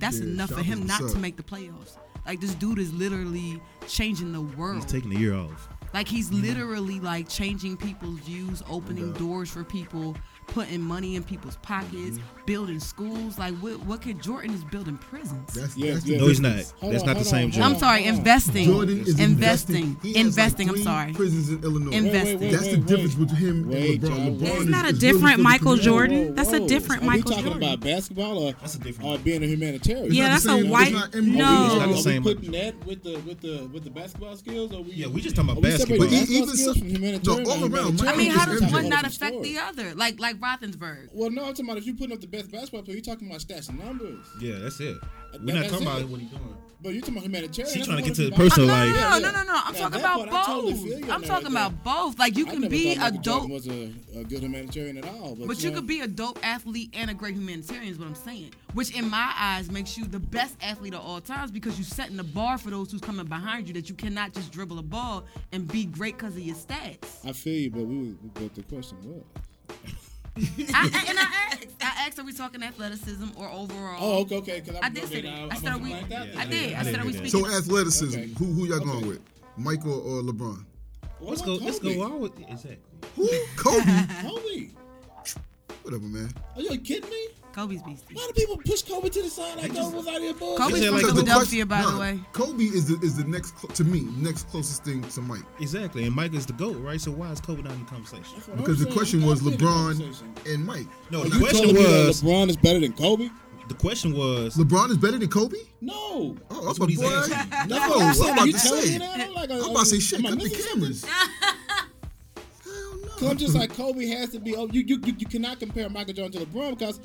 Speaker 5: that's
Speaker 2: Yeah,
Speaker 5: enough
Speaker 2: Shot
Speaker 5: for him
Speaker 2: was
Speaker 5: not
Speaker 2: what's
Speaker 5: to
Speaker 2: up.
Speaker 5: make the playoffs. Like this dude is literally changing the world.
Speaker 1: He's taking the year off.
Speaker 5: Like he's literally like changing people's views, opening doors for people, putting money in people's pockets,
Speaker 2: Mm-hmm.
Speaker 5: building schools. Like what what could Jordan is building prisons.
Speaker 2: That's,
Speaker 3: Yeah,
Speaker 2: that's
Speaker 3: yeah.
Speaker 2: the
Speaker 1: No, he's
Speaker 2: difference.
Speaker 1: not.
Speaker 3: Hold
Speaker 1: That's
Speaker 3: on,
Speaker 1: not the
Speaker 3: hold
Speaker 1: same
Speaker 3: on,
Speaker 1: Jordan.
Speaker 5: I'm
Speaker 3: on.
Speaker 5: sorry, investing.
Speaker 2: Jordan is investing.
Speaker 5: investing.
Speaker 2: He has,
Speaker 5: Investing,
Speaker 2: like,
Speaker 5: I'm
Speaker 2: three
Speaker 5: sorry.
Speaker 2: Prisons in Illinois.
Speaker 5: Invest-
Speaker 2: That's the difference with him and
Speaker 3: Wait, y'all.
Speaker 2: LeBron. LeBron
Speaker 3: That's
Speaker 2: is-
Speaker 4: not a
Speaker 2: is really
Speaker 4: different
Speaker 2: for the
Speaker 4: Michael
Speaker 2: community.
Speaker 4: Jordan. That's a different
Speaker 3: Are
Speaker 4: Michael
Speaker 3: we talking
Speaker 4: Jordan.
Speaker 3: about basketball or,
Speaker 1: That's a different
Speaker 3: or
Speaker 1: one.
Speaker 3: being a humanitarian?
Speaker 4: Yeah,
Speaker 2: not
Speaker 4: that's
Speaker 2: the same.
Speaker 4: a
Speaker 2: It's
Speaker 4: white.
Speaker 2: not in-
Speaker 1: It's not
Speaker 3: Are
Speaker 1: the
Speaker 3: we
Speaker 4: No.
Speaker 1: same.
Speaker 3: putting that with the with the with the basketball skills? Or we,
Speaker 1: Yeah, we just talking about
Speaker 3: are Oh, we
Speaker 1: basketball.
Speaker 3: separating
Speaker 2: But e-
Speaker 3: basketball
Speaker 2: even
Speaker 3: skills
Speaker 2: so-
Speaker 3: from humanitarian.
Speaker 2: no, all around,
Speaker 3: and
Speaker 5: I
Speaker 3: humanitarian
Speaker 5: mean,
Speaker 2: Michael
Speaker 5: how
Speaker 3: is
Speaker 5: does
Speaker 1: E.
Speaker 2: Jordan.
Speaker 5: one
Speaker 3: a
Speaker 5: not
Speaker 3: different
Speaker 5: affect
Speaker 3: story.
Speaker 5: the other? Like like Roethlisberger.
Speaker 3: Well, no, I'm talking about if you're putting up the best basketball player, you're talking about stats and numbers.
Speaker 1: Yeah, that's it. We're
Speaker 3: That-
Speaker 1: not
Speaker 3: that's
Speaker 1: talking
Speaker 3: it.
Speaker 1: about what he's doing.
Speaker 3: But you're talking about
Speaker 1: She's
Speaker 3: humanitarian. That's
Speaker 1: trying to
Speaker 3: one
Speaker 1: get to
Speaker 3: of
Speaker 1: the personal
Speaker 5: no,
Speaker 1: life.
Speaker 5: no,
Speaker 3: Yeah, yeah.
Speaker 5: no, no, no. I'm
Speaker 3: Yeah,
Speaker 5: talking
Speaker 3: that
Speaker 5: about
Speaker 3: part,
Speaker 5: both.
Speaker 3: I totally feel you
Speaker 5: I'm
Speaker 3: on that
Speaker 5: talking
Speaker 3: right
Speaker 5: about both. Like you
Speaker 3: I
Speaker 5: can
Speaker 3: never
Speaker 5: be
Speaker 3: thought
Speaker 5: a
Speaker 3: Michael Jordan
Speaker 5: dope,
Speaker 3: was a, a good humanitarian at all. But,
Speaker 5: but you
Speaker 3: know,
Speaker 5: could be a dope athlete and a great humanitarian. Is what I'm saying. Which in my eyes makes you the best athlete of all times because you're setting the bar for those who's coming behind you. That you cannot just dribble a ball and be great because of your stats.
Speaker 3: I feel you, but we was- but the question was.
Speaker 5: I, I- and I asked, I asked, are we talking athleticism or overall?
Speaker 3: Oh, okay, okay. Because
Speaker 5: I did say that. I said, are we? I did. I
Speaker 1: I
Speaker 5: said,
Speaker 1: didn't
Speaker 5: are we
Speaker 1: hear that.
Speaker 5: speaking?
Speaker 2: So uh, athleticism.
Speaker 3: Okay.
Speaker 2: Who who y'all
Speaker 3: Okay. Oh,
Speaker 2: going with? Michael or LeBron?
Speaker 1: Let's go. Let's go on with exactly.
Speaker 2: Who? Kobe?
Speaker 3: Kobe.
Speaker 2: Whatever, man.
Speaker 3: Are you kidding me?
Speaker 5: Kobe's beastie.
Speaker 3: A lot of people push Kobe to the side like Kobe was out here bullshit.
Speaker 5: Kobe's
Speaker 1: Is it
Speaker 5: from
Speaker 1: like-
Speaker 2: Because the
Speaker 5: Philadelphia,
Speaker 2: question-
Speaker 5: by the
Speaker 2: no,
Speaker 5: way.
Speaker 2: Kobe is the is the next clo- to me next closest thing to Mike.
Speaker 1: Exactly. And Mike is the GOAT, right? So why is Kobe not in the conversation?
Speaker 3: That's what I'm
Speaker 2: Because the
Speaker 3: saying.
Speaker 2: question
Speaker 3: I'm
Speaker 2: was
Speaker 3: not in the
Speaker 2: LeBron
Speaker 3: conversation.
Speaker 2: and Mike.
Speaker 1: No,
Speaker 2: Like,
Speaker 1: Oh, the
Speaker 3: You
Speaker 1: question
Speaker 3: telling me that
Speaker 1: was
Speaker 3: LeBron is better than Kobe?
Speaker 1: the question was
Speaker 2: LeBron is better than Kobe.
Speaker 3: No.
Speaker 2: Oh,
Speaker 1: That's
Speaker 2: I'm a
Speaker 1: what he's
Speaker 2: boy.
Speaker 1: asking.
Speaker 2: No,
Speaker 3: That's what
Speaker 2: I'm
Speaker 3: saying.
Speaker 2: about
Speaker 3: you
Speaker 2: to
Speaker 3: telling me
Speaker 2: say.
Speaker 3: that? like, uh,
Speaker 2: I'm about to say shit.
Speaker 3: am I
Speaker 2: Cut the
Speaker 3: missing
Speaker 2: cameras.
Speaker 3: something?
Speaker 2: Hell no.
Speaker 3: So I'm just like Kobe has to be. Oh, you, you you you cannot compare Michael Jordan to LeBron because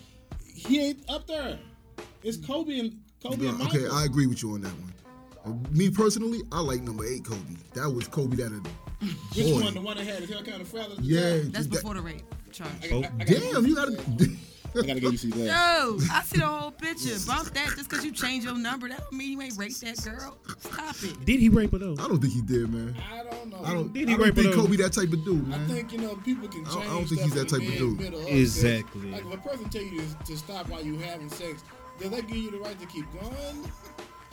Speaker 3: he ain't up there. It's Kobe and Kobe and
Speaker 2: Yeah,
Speaker 3: Michael.
Speaker 2: okay, I agree with you on that one. Uh, Me personally, I like number eight Kobe. That was Kobe that.
Speaker 3: Which
Speaker 2: Boy.
Speaker 3: one? The one that had his hair kind of feathers.
Speaker 2: Yeah.
Speaker 5: That's
Speaker 2: that-
Speaker 5: before the rape charge.
Speaker 1: Oh,
Speaker 3: I gotta-
Speaker 2: Damn, you gotta.
Speaker 3: I gotta get you some glasses.
Speaker 5: No, I see the whole picture. Bump that just because you change your number. That don't mean you ain't raped that girl. Stop it.
Speaker 1: did he rape her though?
Speaker 2: I don't think he did, man.
Speaker 3: I don't know.
Speaker 2: I don't.
Speaker 1: Did
Speaker 2: Did
Speaker 1: he
Speaker 2: he I
Speaker 1: rape
Speaker 2: don't
Speaker 1: her?
Speaker 2: think Kobe that type of dude,
Speaker 3: I
Speaker 2: man.
Speaker 3: think you know people can
Speaker 2: I
Speaker 3: change.
Speaker 2: don't- I don't think he's that
Speaker 3: stuff in
Speaker 2: type of
Speaker 3: the
Speaker 2: dude.
Speaker 3: middle
Speaker 1: Exactly.
Speaker 3: Like if a person tell you to, to stop while you having sex, does that give you the right to keep going?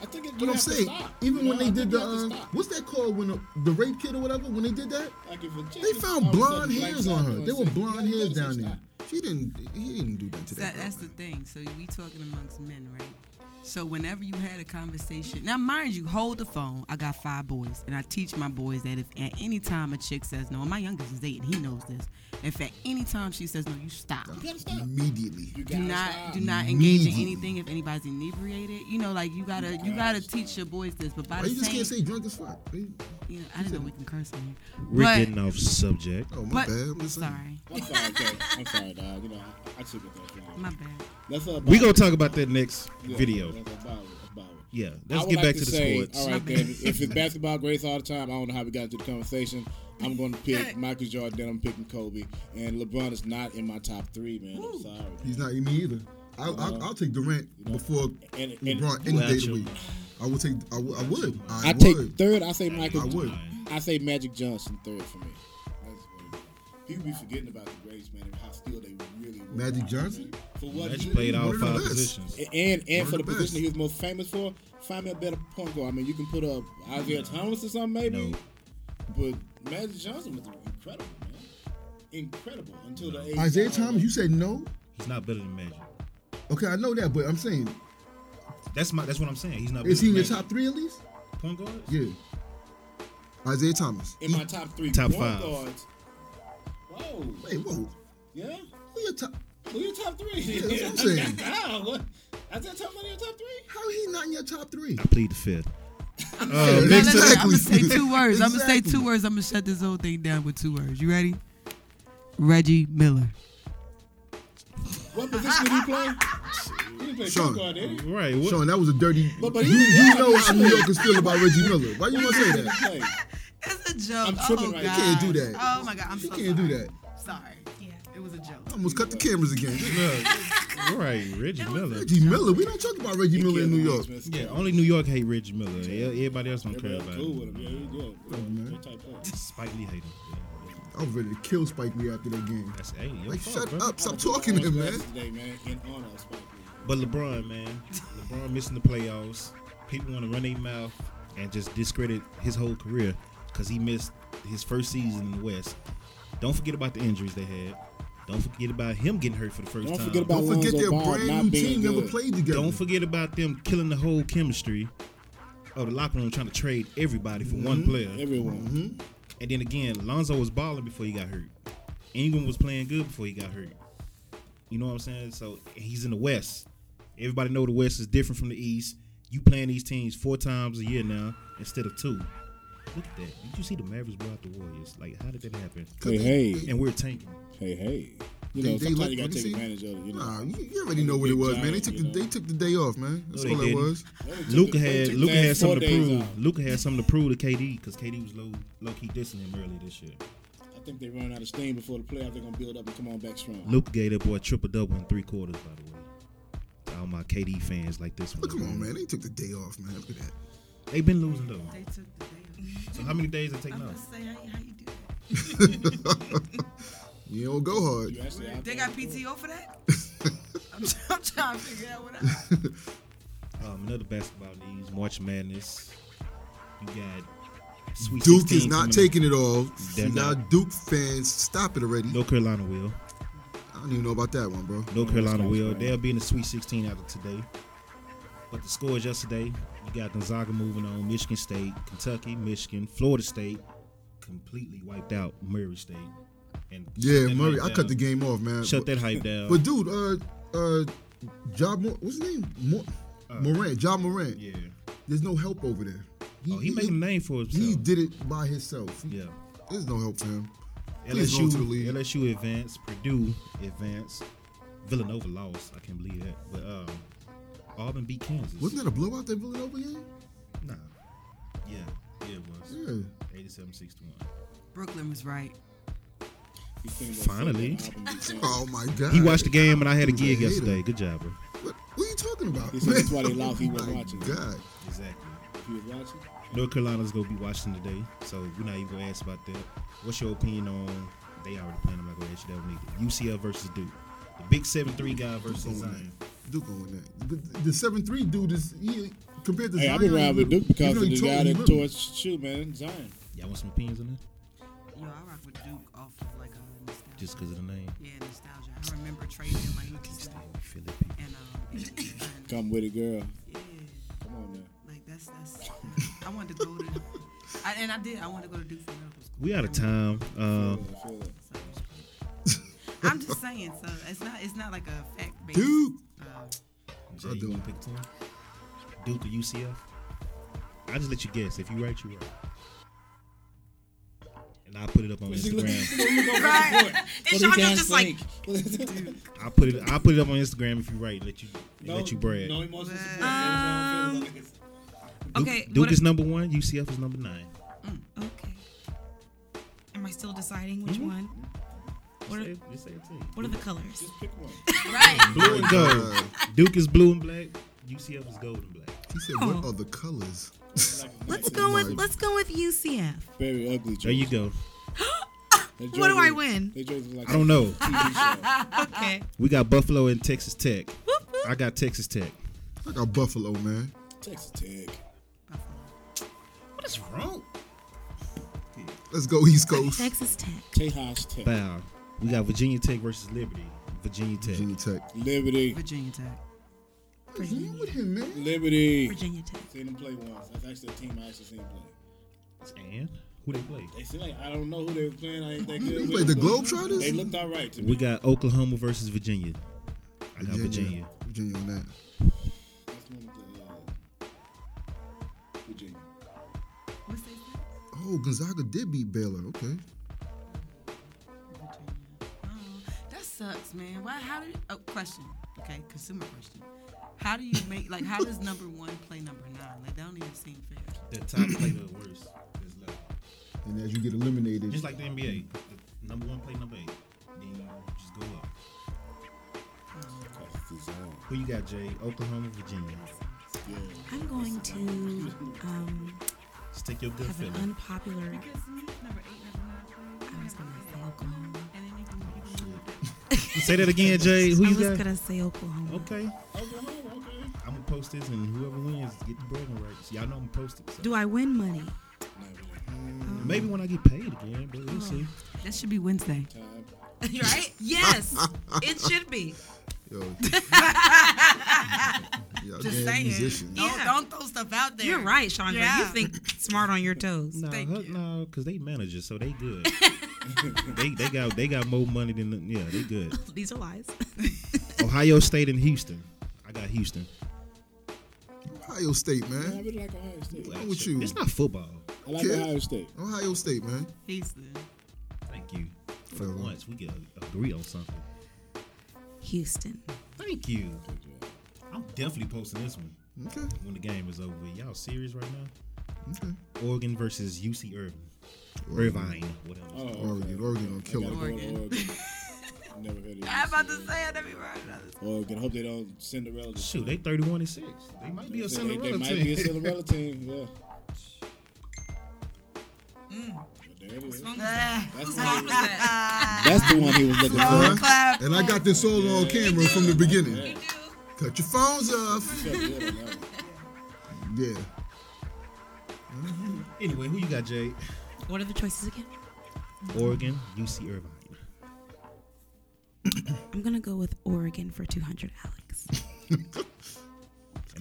Speaker 3: I think it. you
Speaker 2: But I'm
Speaker 3: have to
Speaker 2: saying,
Speaker 3: stop.
Speaker 2: even
Speaker 3: You
Speaker 2: when
Speaker 3: know,
Speaker 2: they
Speaker 3: I
Speaker 2: did
Speaker 3: think you
Speaker 2: the,
Speaker 3: have to
Speaker 2: um,
Speaker 3: stop.
Speaker 2: what's that called when the, the rape kid or whatever? When they did that,
Speaker 3: Like if a chick
Speaker 2: they
Speaker 3: is all of
Speaker 2: found
Speaker 3: a sudden
Speaker 2: blonde
Speaker 3: blacked
Speaker 2: hairs
Speaker 3: out
Speaker 2: on her.
Speaker 3: doing
Speaker 2: There were
Speaker 3: sex, you
Speaker 2: blonde
Speaker 3: gotta
Speaker 2: hairs
Speaker 3: say
Speaker 2: down
Speaker 3: stop.
Speaker 2: there. She didn't. He didn't do that to
Speaker 5: That,
Speaker 2: that.
Speaker 5: that's the
Speaker 2: girl,
Speaker 5: thing. So we talking amongst men, right? So whenever you had a conversation, now mind you, hold the phone. I got five boys, and I teach my boys that if at any time a chick says no, and my youngest is eight, and he knows this. If at any time she says no, you stop.
Speaker 3: You gotta
Speaker 2: man.
Speaker 3: stop.
Speaker 2: Immediately.
Speaker 3: You uh,
Speaker 5: Do
Speaker 3: gotta
Speaker 5: not
Speaker 3: stop.
Speaker 5: do not engage in
Speaker 2: Immediately.
Speaker 5: anything if anybody's inebriated. You know, like you gotta you gotta teach your boys this. But by
Speaker 2: Why
Speaker 5: the
Speaker 2: you just
Speaker 5: same,
Speaker 2: can't say drunk as fuck? They-
Speaker 5: you know, I didn't know we can curse on here.
Speaker 1: We're
Speaker 5: But-
Speaker 1: getting off subject.
Speaker 2: Oh my
Speaker 5: But
Speaker 2: bad. I'm just saying.
Speaker 5: sorry,
Speaker 3: I'm sorry, okay. I'm sorry, dog. You know, I, I took it that long.
Speaker 5: my bad.
Speaker 3: That's about
Speaker 1: We gonna talk about that next
Speaker 3: Yeah,
Speaker 1: video.
Speaker 3: That's about it. About it.
Speaker 1: Yeah,
Speaker 3: I
Speaker 1: let's
Speaker 3: would
Speaker 1: get
Speaker 3: like
Speaker 1: back to the
Speaker 3: say,
Speaker 1: sports.
Speaker 3: All right, then. If it's basketball greats all the time, I don't know how we got into the conversation. I'm going to pick Michael Jordan. I'm picking Kobe, and LeBron is not in my top three, man. I'm sorry.
Speaker 2: He's not me either. I, I, I'll take Durant before
Speaker 3: And- and-
Speaker 2: LeBron any day of the
Speaker 1: Gotcha.
Speaker 2: week. I would take. I would. I would. I,
Speaker 3: I
Speaker 2: would.
Speaker 3: take third. I say Michael.
Speaker 2: I would.
Speaker 3: I say Magic Johnson third for me. That's what it is. People be forgetting about the greats, man, and how skilled they really were.
Speaker 2: Magic Johnson?
Speaker 3: For what
Speaker 1: Magic
Speaker 3: he
Speaker 1: played all
Speaker 2: One of the
Speaker 1: five
Speaker 2: best.
Speaker 1: positions.
Speaker 3: And and
Speaker 2: One
Speaker 3: for the
Speaker 2: of the
Speaker 3: position
Speaker 2: best.
Speaker 3: he was most famous for, find me a better point guard. I mean, you can put up Isaiah Thomas or something maybe,
Speaker 1: No.
Speaker 3: but Magic Johnson was incredible, man. Incredible until the age.
Speaker 2: Isaiah Thomas. You said no.
Speaker 1: He's not better than Magic.
Speaker 2: Okay, I know that, but I'm saying,
Speaker 1: That's my. That's what I'm saying. He's not.
Speaker 2: is
Speaker 1: better
Speaker 2: he in your
Speaker 1: than
Speaker 2: top
Speaker 1: Magic.
Speaker 2: three at least?
Speaker 1: point guards?
Speaker 2: Yeah. Isaiah Thomas.
Speaker 3: in my top three
Speaker 1: Top
Speaker 3: point
Speaker 1: five.
Speaker 3: guards. Whoa,
Speaker 2: Hey, whoa.
Speaker 3: yeah,
Speaker 2: Who your top?
Speaker 3: who your top three?
Speaker 2: Yeah, that's what I'm saying.
Speaker 3: Wow, what? Isaiah Thomas in your top three?
Speaker 2: How he not in your top three?
Speaker 1: I plead the fifth. Uh,
Speaker 5: No, no,
Speaker 1: next
Speaker 5: no,
Speaker 1: up,
Speaker 5: I'm gonna say
Speaker 2: Exactly.
Speaker 5: two words. I'm gonna say
Speaker 2: Exactly.
Speaker 5: two words. I'm gonna shut this whole thing down with two words. You ready? Reggie Miller.
Speaker 3: What position did he play? He didn't play
Speaker 2: Sean.
Speaker 3: point guard, did he?
Speaker 1: right? What,
Speaker 2: Sean, that was a dirty.
Speaker 3: But- but
Speaker 2: you,
Speaker 3: he-
Speaker 2: you know how New Yorkers feel about Reggie Miller. Why you want to say
Speaker 3: He
Speaker 2: that?
Speaker 3: played.
Speaker 5: It's a joke.
Speaker 3: I'm tripping right now.
Speaker 5: God.
Speaker 3: You
Speaker 2: can't do that.
Speaker 5: Oh my god, I'm
Speaker 2: You
Speaker 5: so
Speaker 2: can't
Speaker 5: sorry.
Speaker 2: do that.
Speaker 5: Sorry,
Speaker 6: Yeah.
Speaker 5: it was a joke.
Speaker 2: I almost cut the cameras again.
Speaker 1: look, right, Reggie Miller.
Speaker 2: Reggie Miller. We don't talk about Reggie Miller in New York.
Speaker 1: Yeah, only New York hate Reggie Miller. Yeah, Everybody else don't care
Speaker 3: Everybody
Speaker 1: about
Speaker 3: else cool with
Speaker 1: him.
Speaker 3: him. Yeah, he good.
Speaker 2: man.
Speaker 3: Good type player.
Speaker 1: Spike Lee hate him. Yeah,
Speaker 2: I was ready to kill Spike Lee after that game.
Speaker 1: That's hey, your
Speaker 2: Like,
Speaker 1: fault,
Speaker 2: shut
Speaker 1: bro.
Speaker 2: up. Stop talking to him, man.
Speaker 3: Today, man, in honor of Spike Lee.
Speaker 1: But LeBron, man, LeBron missing the playoffs. People want to run their mouth and just discredit his whole career because he missed his first season in the West. Don't forget about the injuries they had. Don't forget about him getting hurt for the 1st
Speaker 3: Don't
Speaker 1: time.
Speaker 3: forget about-
Speaker 2: Don't forget
Speaker 3: Lonzo
Speaker 2: their
Speaker 3: Ball not
Speaker 2: brand new
Speaker 3: being
Speaker 2: team never
Speaker 3: good.
Speaker 2: played together.
Speaker 1: Don't forget about them killing the whole chemistry of the locker room, trying to trade everybody for one
Speaker 3: Mm-hmm.
Speaker 1: player.
Speaker 3: Everyone.
Speaker 2: Mm-hmm.
Speaker 1: And then again, Lonzo was balling before he got hurt. Ingram was playing good before he got hurt. You know what I'm saying? So he's in the West. Everybody know the West is different from the East. You playing these teams four times a year now instead of two. Look at that. Did you see the Mavericks blow out the Warriors? Like, how did that happen?
Speaker 3: Hey, hey,
Speaker 1: And we're tanking.
Speaker 3: hey, hey. You know,
Speaker 2: They- they
Speaker 3: sometimes
Speaker 2: look- let
Speaker 3: you gotta
Speaker 2: me
Speaker 3: take
Speaker 2: see.
Speaker 3: advantage of it. You know,
Speaker 2: Nah, you, you already know what it was, man. They took the
Speaker 3: Giant, you know.
Speaker 2: they took the day off, man. That's
Speaker 1: No, they
Speaker 2: all that
Speaker 1: didn't.
Speaker 2: was.
Speaker 1: Luca had
Speaker 3: They
Speaker 1: Luca
Speaker 3: took
Speaker 1: had something to
Speaker 3: four days
Speaker 1: prove.
Speaker 3: off.
Speaker 1: Luca had something to prove to KD because KD was low low key dissing him earlier this year.
Speaker 3: I think they run out of steam before the playoffs. They're gonna build up and come on back strong.
Speaker 1: Luca gave that boy triple double in three quarters, by the way. To all my KD fans like this one.
Speaker 2: Look, come on, man. They took the day off, man. Look at that.
Speaker 1: They've been losing though.
Speaker 5: They took the day
Speaker 1: So how many days they
Speaker 5: off.
Speaker 1: taking
Speaker 5: I'm
Speaker 1: off?
Speaker 5: gonna say how, how you do that.
Speaker 2: You don't go hard.
Speaker 3: You actually out
Speaker 5: They
Speaker 3: there
Speaker 5: got
Speaker 3: before.
Speaker 5: PTO for that? I'm, I'm trying to figure out what I.
Speaker 2: Uh,
Speaker 1: Um, another basketball news, March Madness. You got Sweet
Speaker 2: Duke
Speaker 1: 16
Speaker 2: is not
Speaker 1: coming up.
Speaker 2: taking it all.
Speaker 1: They're
Speaker 2: Y'all
Speaker 1: not.
Speaker 2: Duke fans, stop it already.
Speaker 1: No Carolina will.
Speaker 2: I don't even know about that one, bro.
Speaker 1: No Carolina
Speaker 3: that's
Speaker 1: will.
Speaker 3: right.
Speaker 1: They'll be in the Sweet 16 after today. But the scores yesterday, you got Gonzaga moving on, Michigan State, Kentucky, Michigan, Florida State, completely wiped out Murray State. And shut
Speaker 2: Yeah,
Speaker 1: that
Speaker 2: Murray,
Speaker 1: hype
Speaker 2: I cut
Speaker 1: down.
Speaker 2: the game off, man.
Speaker 1: Shut
Speaker 2: but,
Speaker 1: that hype down.
Speaker 2: but dude, uh, uh, Job, Mor- what's his name? Mor- Morant, Job Morant.
Speaker 1: Uh, yeah.
Speaker 2: There's no help over there.
Speaker 1: Oh, he made a name for himself.
Speaker 2: He did it by himself.
Speaker 1: Yeah.
Speaker 2: There's no help for him. Please
Speaker 1: LSU,
Speaker 2: go to the league.
Speaker 1: LSU advanced, Purdue advanced, Villanova lost. I can't believe that. But um, Auburn beat Kansas.
Speaker 2: Wasn't that a blowout that Villanova game?
Speaker 1: Nah. Yeah. Yeah, it was.
Speaker 2: Yeah.
Speaker 1: 87 61.
Speaker 5: Brooklyn was right.
Speaker 3: You think that
Speaker 1: Finally.
Speaker 3: fucking album be done.
Speaker 2: Oh my god.
Speaker 1: He watched the game and I had a
Speaker 2: He was
Speaker 1: gig
Speaker 2: hater.
Speaker 1: yesterday. Good job, bro.
Speaker 2: What, what are you talking about?
Speaker 3: He said that's why they
Speaker 2: man? Oh
Speaker 3: lost, he wasn't
Speaker 2: My
Speaker 3: watching.
Speaker 2: God.
Speaker 1: Exactly.
Speaker 3: If you was watching,
Speaker 1: North Carolina's gonna be watching today, so we're not even gonna ask about that. What's your opinion on? They already playing. I'm not gonna ask you that one either. UCF versus Duke, the Big Seven Three guy versus Zion.
Speaker 2: Duke gonna win that. But the seven three dude is he compared to
Speaker 3: hey,
Speaker 2: Zion,
Speaker 3: I've been riding with Duke because
Speaker 2: even
Speaker 3: of
Speaker 2: though he
Speaker 3: the
Speaker 2: tall,
Speaker 3: guy
Speaker 2: he
Speaker 3: that
Speaker 2: little.
Speaker 3: tore his shoe, man, Zion.
Speaker 1: Y'all want some opinions on that?
Speaker 5: Yo, I rock with Duke off of like a nostalgia.
Speaker 1: Just because of the name.
Speaker 5: yeah, nostalgia. I remember trading like
Speaker 1: It's
Speaker 5: and
Speaker 1: the
Speaker 5: um,
Speaker 1: whole Philly people.
Speaker 5: it was fun.
Speaker 3: Come with it, girl.
Speaker 5: yeah,
Speaker 3: Come on, man.
Speaker 5: like that's that's. I wanted to go to, I, and I did. I wanted to go to Duke for medical school.
Speaker 1: We out of time. Uh,
Speaker 3: Feel it, feel it.
Speaker 5: I'm just saying. So it's not it's not like a fact based.
Speaker 2: Duke.
Speaker 5: Uh,
Speaker 1: Jay,
Speaker 2: I'll do
Speaker 1: you wanna
Speaker 2: it.
Speaker 1: pick two? Duke or UCF? I just let you guess. If you right, you right. And I put it up on
Speaker 3: See, look-
Speaker 1: Instagram.
Speaker 3: look over the court. What
Speaker 4: And
Speaker 3: do
Speaker 4: y'all
Speaker 3: guys
Speaker 4: just like,
Speaker 3: think?
Speaker 1: I put it. I put it up on Instagram. If you right, and let you and
Speaker 3: No-
Speaker 1: let you brag.
Speaker 3: No emotional support.
Speaker 4: Um,
Speaker 3: no feelings, no niggas.
Speaker 1: Duke,
Speaker 4: okay,
Speaker 1: Duke
Speaker 4: what
Speaker 1: is number one. UCF is number nine.
Speaker 4: okay. Am I still deciding which one? What are,
Speaker 1: Just say it to you.
Speaker 4: what are the colors?
Speaker 3: Just pick one.
Speaker 5: right.
Speaker 1: Blue and gold.
Speaker 2: Uh,
Speaker 1: Duke is blue and black. UCF is gold and black.
Speaker 2: he said, "What
Speaker 4: Oh.
Speaker 2: are the colors?"
Speaker 4: Let's go with let's go with UCF.
Speaker 3: Very ugly.
Speaker 1: There you go.
Speaker 4: What do I win?
Speaker 3: They dress like
Speaker 1: I don't know.
Speaker 3: a TV show.
Speaker 4: Okay.
Speaker 1: We got Buffalo and Texas Tech.
Speaker 4: Whoop, whoop.
Speaker 1: I got Texas Tech.
Speaker 2: I got Buffalo, man.
Speaker 3: Texas Tech.
Speaker 1: What is wrong?
Speaker 2: Let's go East Coast.
Speaker 4: Texas Tech.
Speaker 3: Tejas Tech.
Speaker 1: Bow. We got Virginia Tech versus Liberty. Virginia Tech.
Speaker 2: Virginia Tech.
Speaker 3: Liberty.
Speaker 5: Virginia Tech.
Speaker 2: What's wrong with him, man?
Speaker 3: Liberty.
Speaker 4: Virginia Tech.
Speaker 3: Seen them play once. That's actually a team I actually seen play.
Speaker 1: And who they play?
Speaker 3: They seem like I don't know who they were playing. I ain't that good.
Speaker 2: They
Speaker 3: with
Speaker 2: played the
Speaker 3: it, but
Speaker 2: Globetrotters?
Speaker 3: They looked all right to me.
Speaker 1: We got Oklahoma versus Virginia. I got Virginia.
Speaker 2: Virginia on that.
Speaker 3: That's the one with the, uh, Virginia.
Speaker 5: What's they say?
Speaker 2: Oh, Gonzaga did beat Baylor. Okay.
Speaker 5: Virginia. Oh, that sucks, man. Why? How do? You, oh, question. Okay, consumer question. How do you make like? How does number one play number nine? Like that don't even seem fair.
Speaker 1: The top play the worst. is left.
Speaker 2: And as you get eliminated,
Speaker 1: Just like the NBA. The number one play number eight. Then you just go up.
Speaker 3: That's the zone.
Speaker 1: Who you got, Jay? Oklahoma, Virginia.
Speaker 3: Yeah.
Speaker 4: I'm going to um,
Speaker 1: Stick your good
Speaker 4: have an
Speaker 1: feeling.
Speaker 4: unpopular.
Speaker 5: Because number eight, number nine,
Speaker 4: I was gonna say Oklahoma.
Speaker 5: and then you can, you can
Speaker 1: Say that again, Jay. Who
Speaker 4: I
Speaker 1: you
Speaker 4: was
Speaker 1: got?
Speaker 4: gonna say Oklahoma.
Speaker 1: Okay. I'm gonna post this, and whoever wins get the bragging rights. Y'all know I'm gonna post it. So.
Speaker 4: Do I win money?
Speaker 1: Maybe when I get paid again, but
Speaker 4: Oh.
Speaker 1: we'll see.
Speaker 5: That should be Wednesday.
Speaker 3: Time.
Speaker 4: right? Yes. it should be.
Speaker 2: yo, yo
Speaker 5: Just
Speaker 2: damn
Speaker 5: saying.
Speaker 2: musician.
Speaker 5: Don't,
Speaker 4: Yeah.
Speaker 5: don't throw stuff out there.
Speaker 4: You're right, Chandra. You
Speaker 5: Yeah.
Speaker 4: think smart on your toes.
Speaker 1: No,
Speaker 5: Thank
Speaker 1: her-
Speaker 5: you.
Speaker 1: no, because they managers, so they good. they they got they got more money than the, yeah, they good.
Speaker 4: These are lies.
Speaker 1: Ohio State and Houston. I got Houston.
Speaker 2: Ohio State,
Speaker 3: I
Speaker 2: man.
Speaker 3: really like Ohio State.
Speaker 2: Wrong with you?
Speaker 1: It's not football.
Speaker 3: I like
Speaker 2: Yeah.
Speaker 3: Ohio State.
Speaker 2: Ohio State, man.
Speaker 5: He's the
Speaker 1: Thank you. For
Speaker 2: Whatever.
Speaker 1: once, we can agree on something.
Speaker 4: Houston.
Speaker 1: Thank you. I'm definitely posting this one
Speaker 2: Okay.
Speaker 1: when the game is over. with. Y'all serious right now?
Speaker 2: Okay.
Speaker 1: Oregon versus UC Irvine. Irvine, whatever.
Speaker 3: Oh, okay.
Speaker 2: Oregon, Oregon gonna kill
Speaker 3: I gotta
Speaker 2: him.
Speaker 3: go to
Speaker 5: Oregon.
Speaker 3: Oregon. Never heard of it.
Speaker 5: I'm about to say I never heard of this.
Speaker 3: Oregon. Hope they don't Cinderella. this
Speaker 1: Shoot, they 31 and 6. They might be a
Speaker 3: They- they,
Speaker 1: Cinderella team.
Speaker 3: might be a Cinderella team. Yeah. But there it is. That's the, one,
Speaker 4: Uh,
Speaker 3: that's the one he was looking for.
Speaker 2: Huh? And I got this all on camera from the beginning. Cut your phones off.
Speaker 3: Yeah, yeah, yeah.
Speaker 2: Yeah.
Speaker 1: Anyway, who you got, Jay?
Speaker 4: What are the choices again?
Speaker 1: Oregon, UC Irvine.
Speaker 4: I'm gonna go with Oregon for 200, Alex.
Speaker 1: And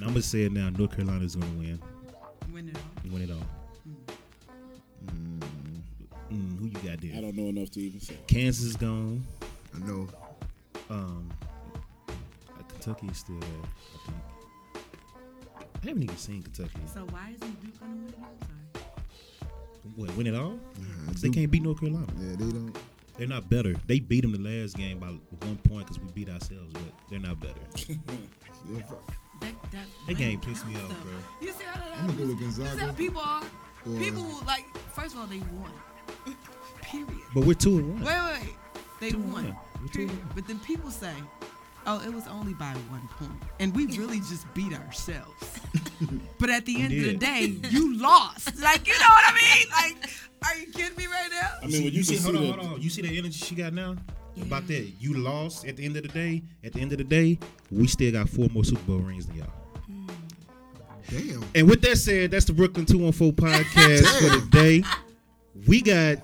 Speaker 1: I'm gonna say it now. North Carolina's gonna win.
Speaker 5: Win it all.
Speaker 1: Win it all. Mm, mm, who you got
Speaker 3: I
Speaker 1: there?
Speaker 3: don't know enough to even say.
Speaker 1: Kansas is gone.
Speaker 2: I know.
Speaker 1: Um, uh, Kentucky is still there. I think. I haven't even seen Kentucky.
Speaker 5: So why isn't Duke gonna win it all? Sorry.
Speaker 1: What, win it all?
Speaker 3: Mm-hmm.
Speaker 2: Nah,
Speaker 1: 'Cause They
Speaker 2: Duke-
Speaker 1: can't beat North Carolina.
Speaker 2: Yeah, they don't.
Speaker 1: They're not better. They beat them the last game by one point because we beat ourselves, but they're not better.
Speaker 2: yeah, fuck.
Speaker 5: That, that,
Speaker 1: That
Speaker 5: win
Speaker 1: game pissed me
Speaker 5: counts,
Speaker 1: off,
Speaker 5: though.
Speaker 1: bro.
Speaker 5: You see how that
Speaker 2: I'm gonna go with
Speaker 5: You see how
Speaker 2: Gonzaga.
Speaker 5: people are?
Speaker 2: Yeah.
Speaker 5: People who, like, first of all, they won. Period.
Speaker 1: But we're two and one.
Speaker 5: Wait, wait, wait. They won.
Speaker 1: one. We're two
Speaker 5: Period.
Speaker 1: one.
Speaker 5: But then people say, oh, it was only by one point. And we really just beat ourselves. but at the end of the
Speaker 1: did.
Speaker 5: day, you lost. Like, you know what I mean? Like, are you kidding me right now?
Speaker 3: I mean, when you
Speaker 1: see,
Speaker 3: see,
Speaker 1: hold on,
Speaker 3: the,
Speaker 1: hold on. You see the energy she got now about that. You lost at the end of the day. At the end of the day, we still got four more Super Bowl rings than y'all.
Speaker 2: Damn.
Speaker 1: And with that said, that's the Brooklyn 214 podcast for today. We got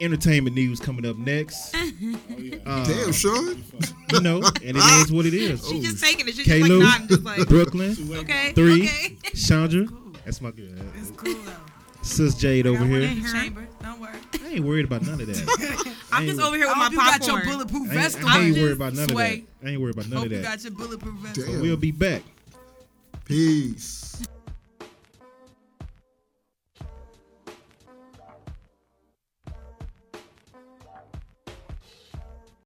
Speaker 1: entertainment news coming up next. Uh,
Speaker 2: Damn, Sean.
Speaker 1: You know, and it is what it is.
Speaker 4: She just taking it. She's just like
Speaker 1: Caleb,
Speaker 4: nodding, just like
Speaker 1: Brooklyn,
Speaker 4: okay,
Speaker 1: three,
Speaker 4: okay.
Speaker 1: Chandra. That's my girl.
Speaker 5: It's cool, though.
Speaker 1: Sis Jade over here.
Speaker 5: The
Speaker 4: Her.
Speaker 5: chamber. Don't worry.
Speaker 1: I ain't worried about none of that.
Speaker 4: I'm just
Speaker 1: Hey.
Speaker 4: over here
Speaker 5: I
Speaker 4: with my
Speaker 5: hope you got
Speaker 4: popcorn.
Speaker 5: your bulletproof
Speaker 1: I ain't,
Speaker 5: vest
Speaker 1: I ain't
Speaker 5: on.
Speaker 1: worried about none
Speaker 5: Sway.
Speaker 1: of that. I ain't worried about none
Speaker 5: Hope
Speaker 1: of
Speaker 5: you
Speaker 1: that.
Speaker 5: got your bulletproof vest on.
Speaker 2: Damn.
Speaker 1: We'll be back.
Speaker 2: Peace.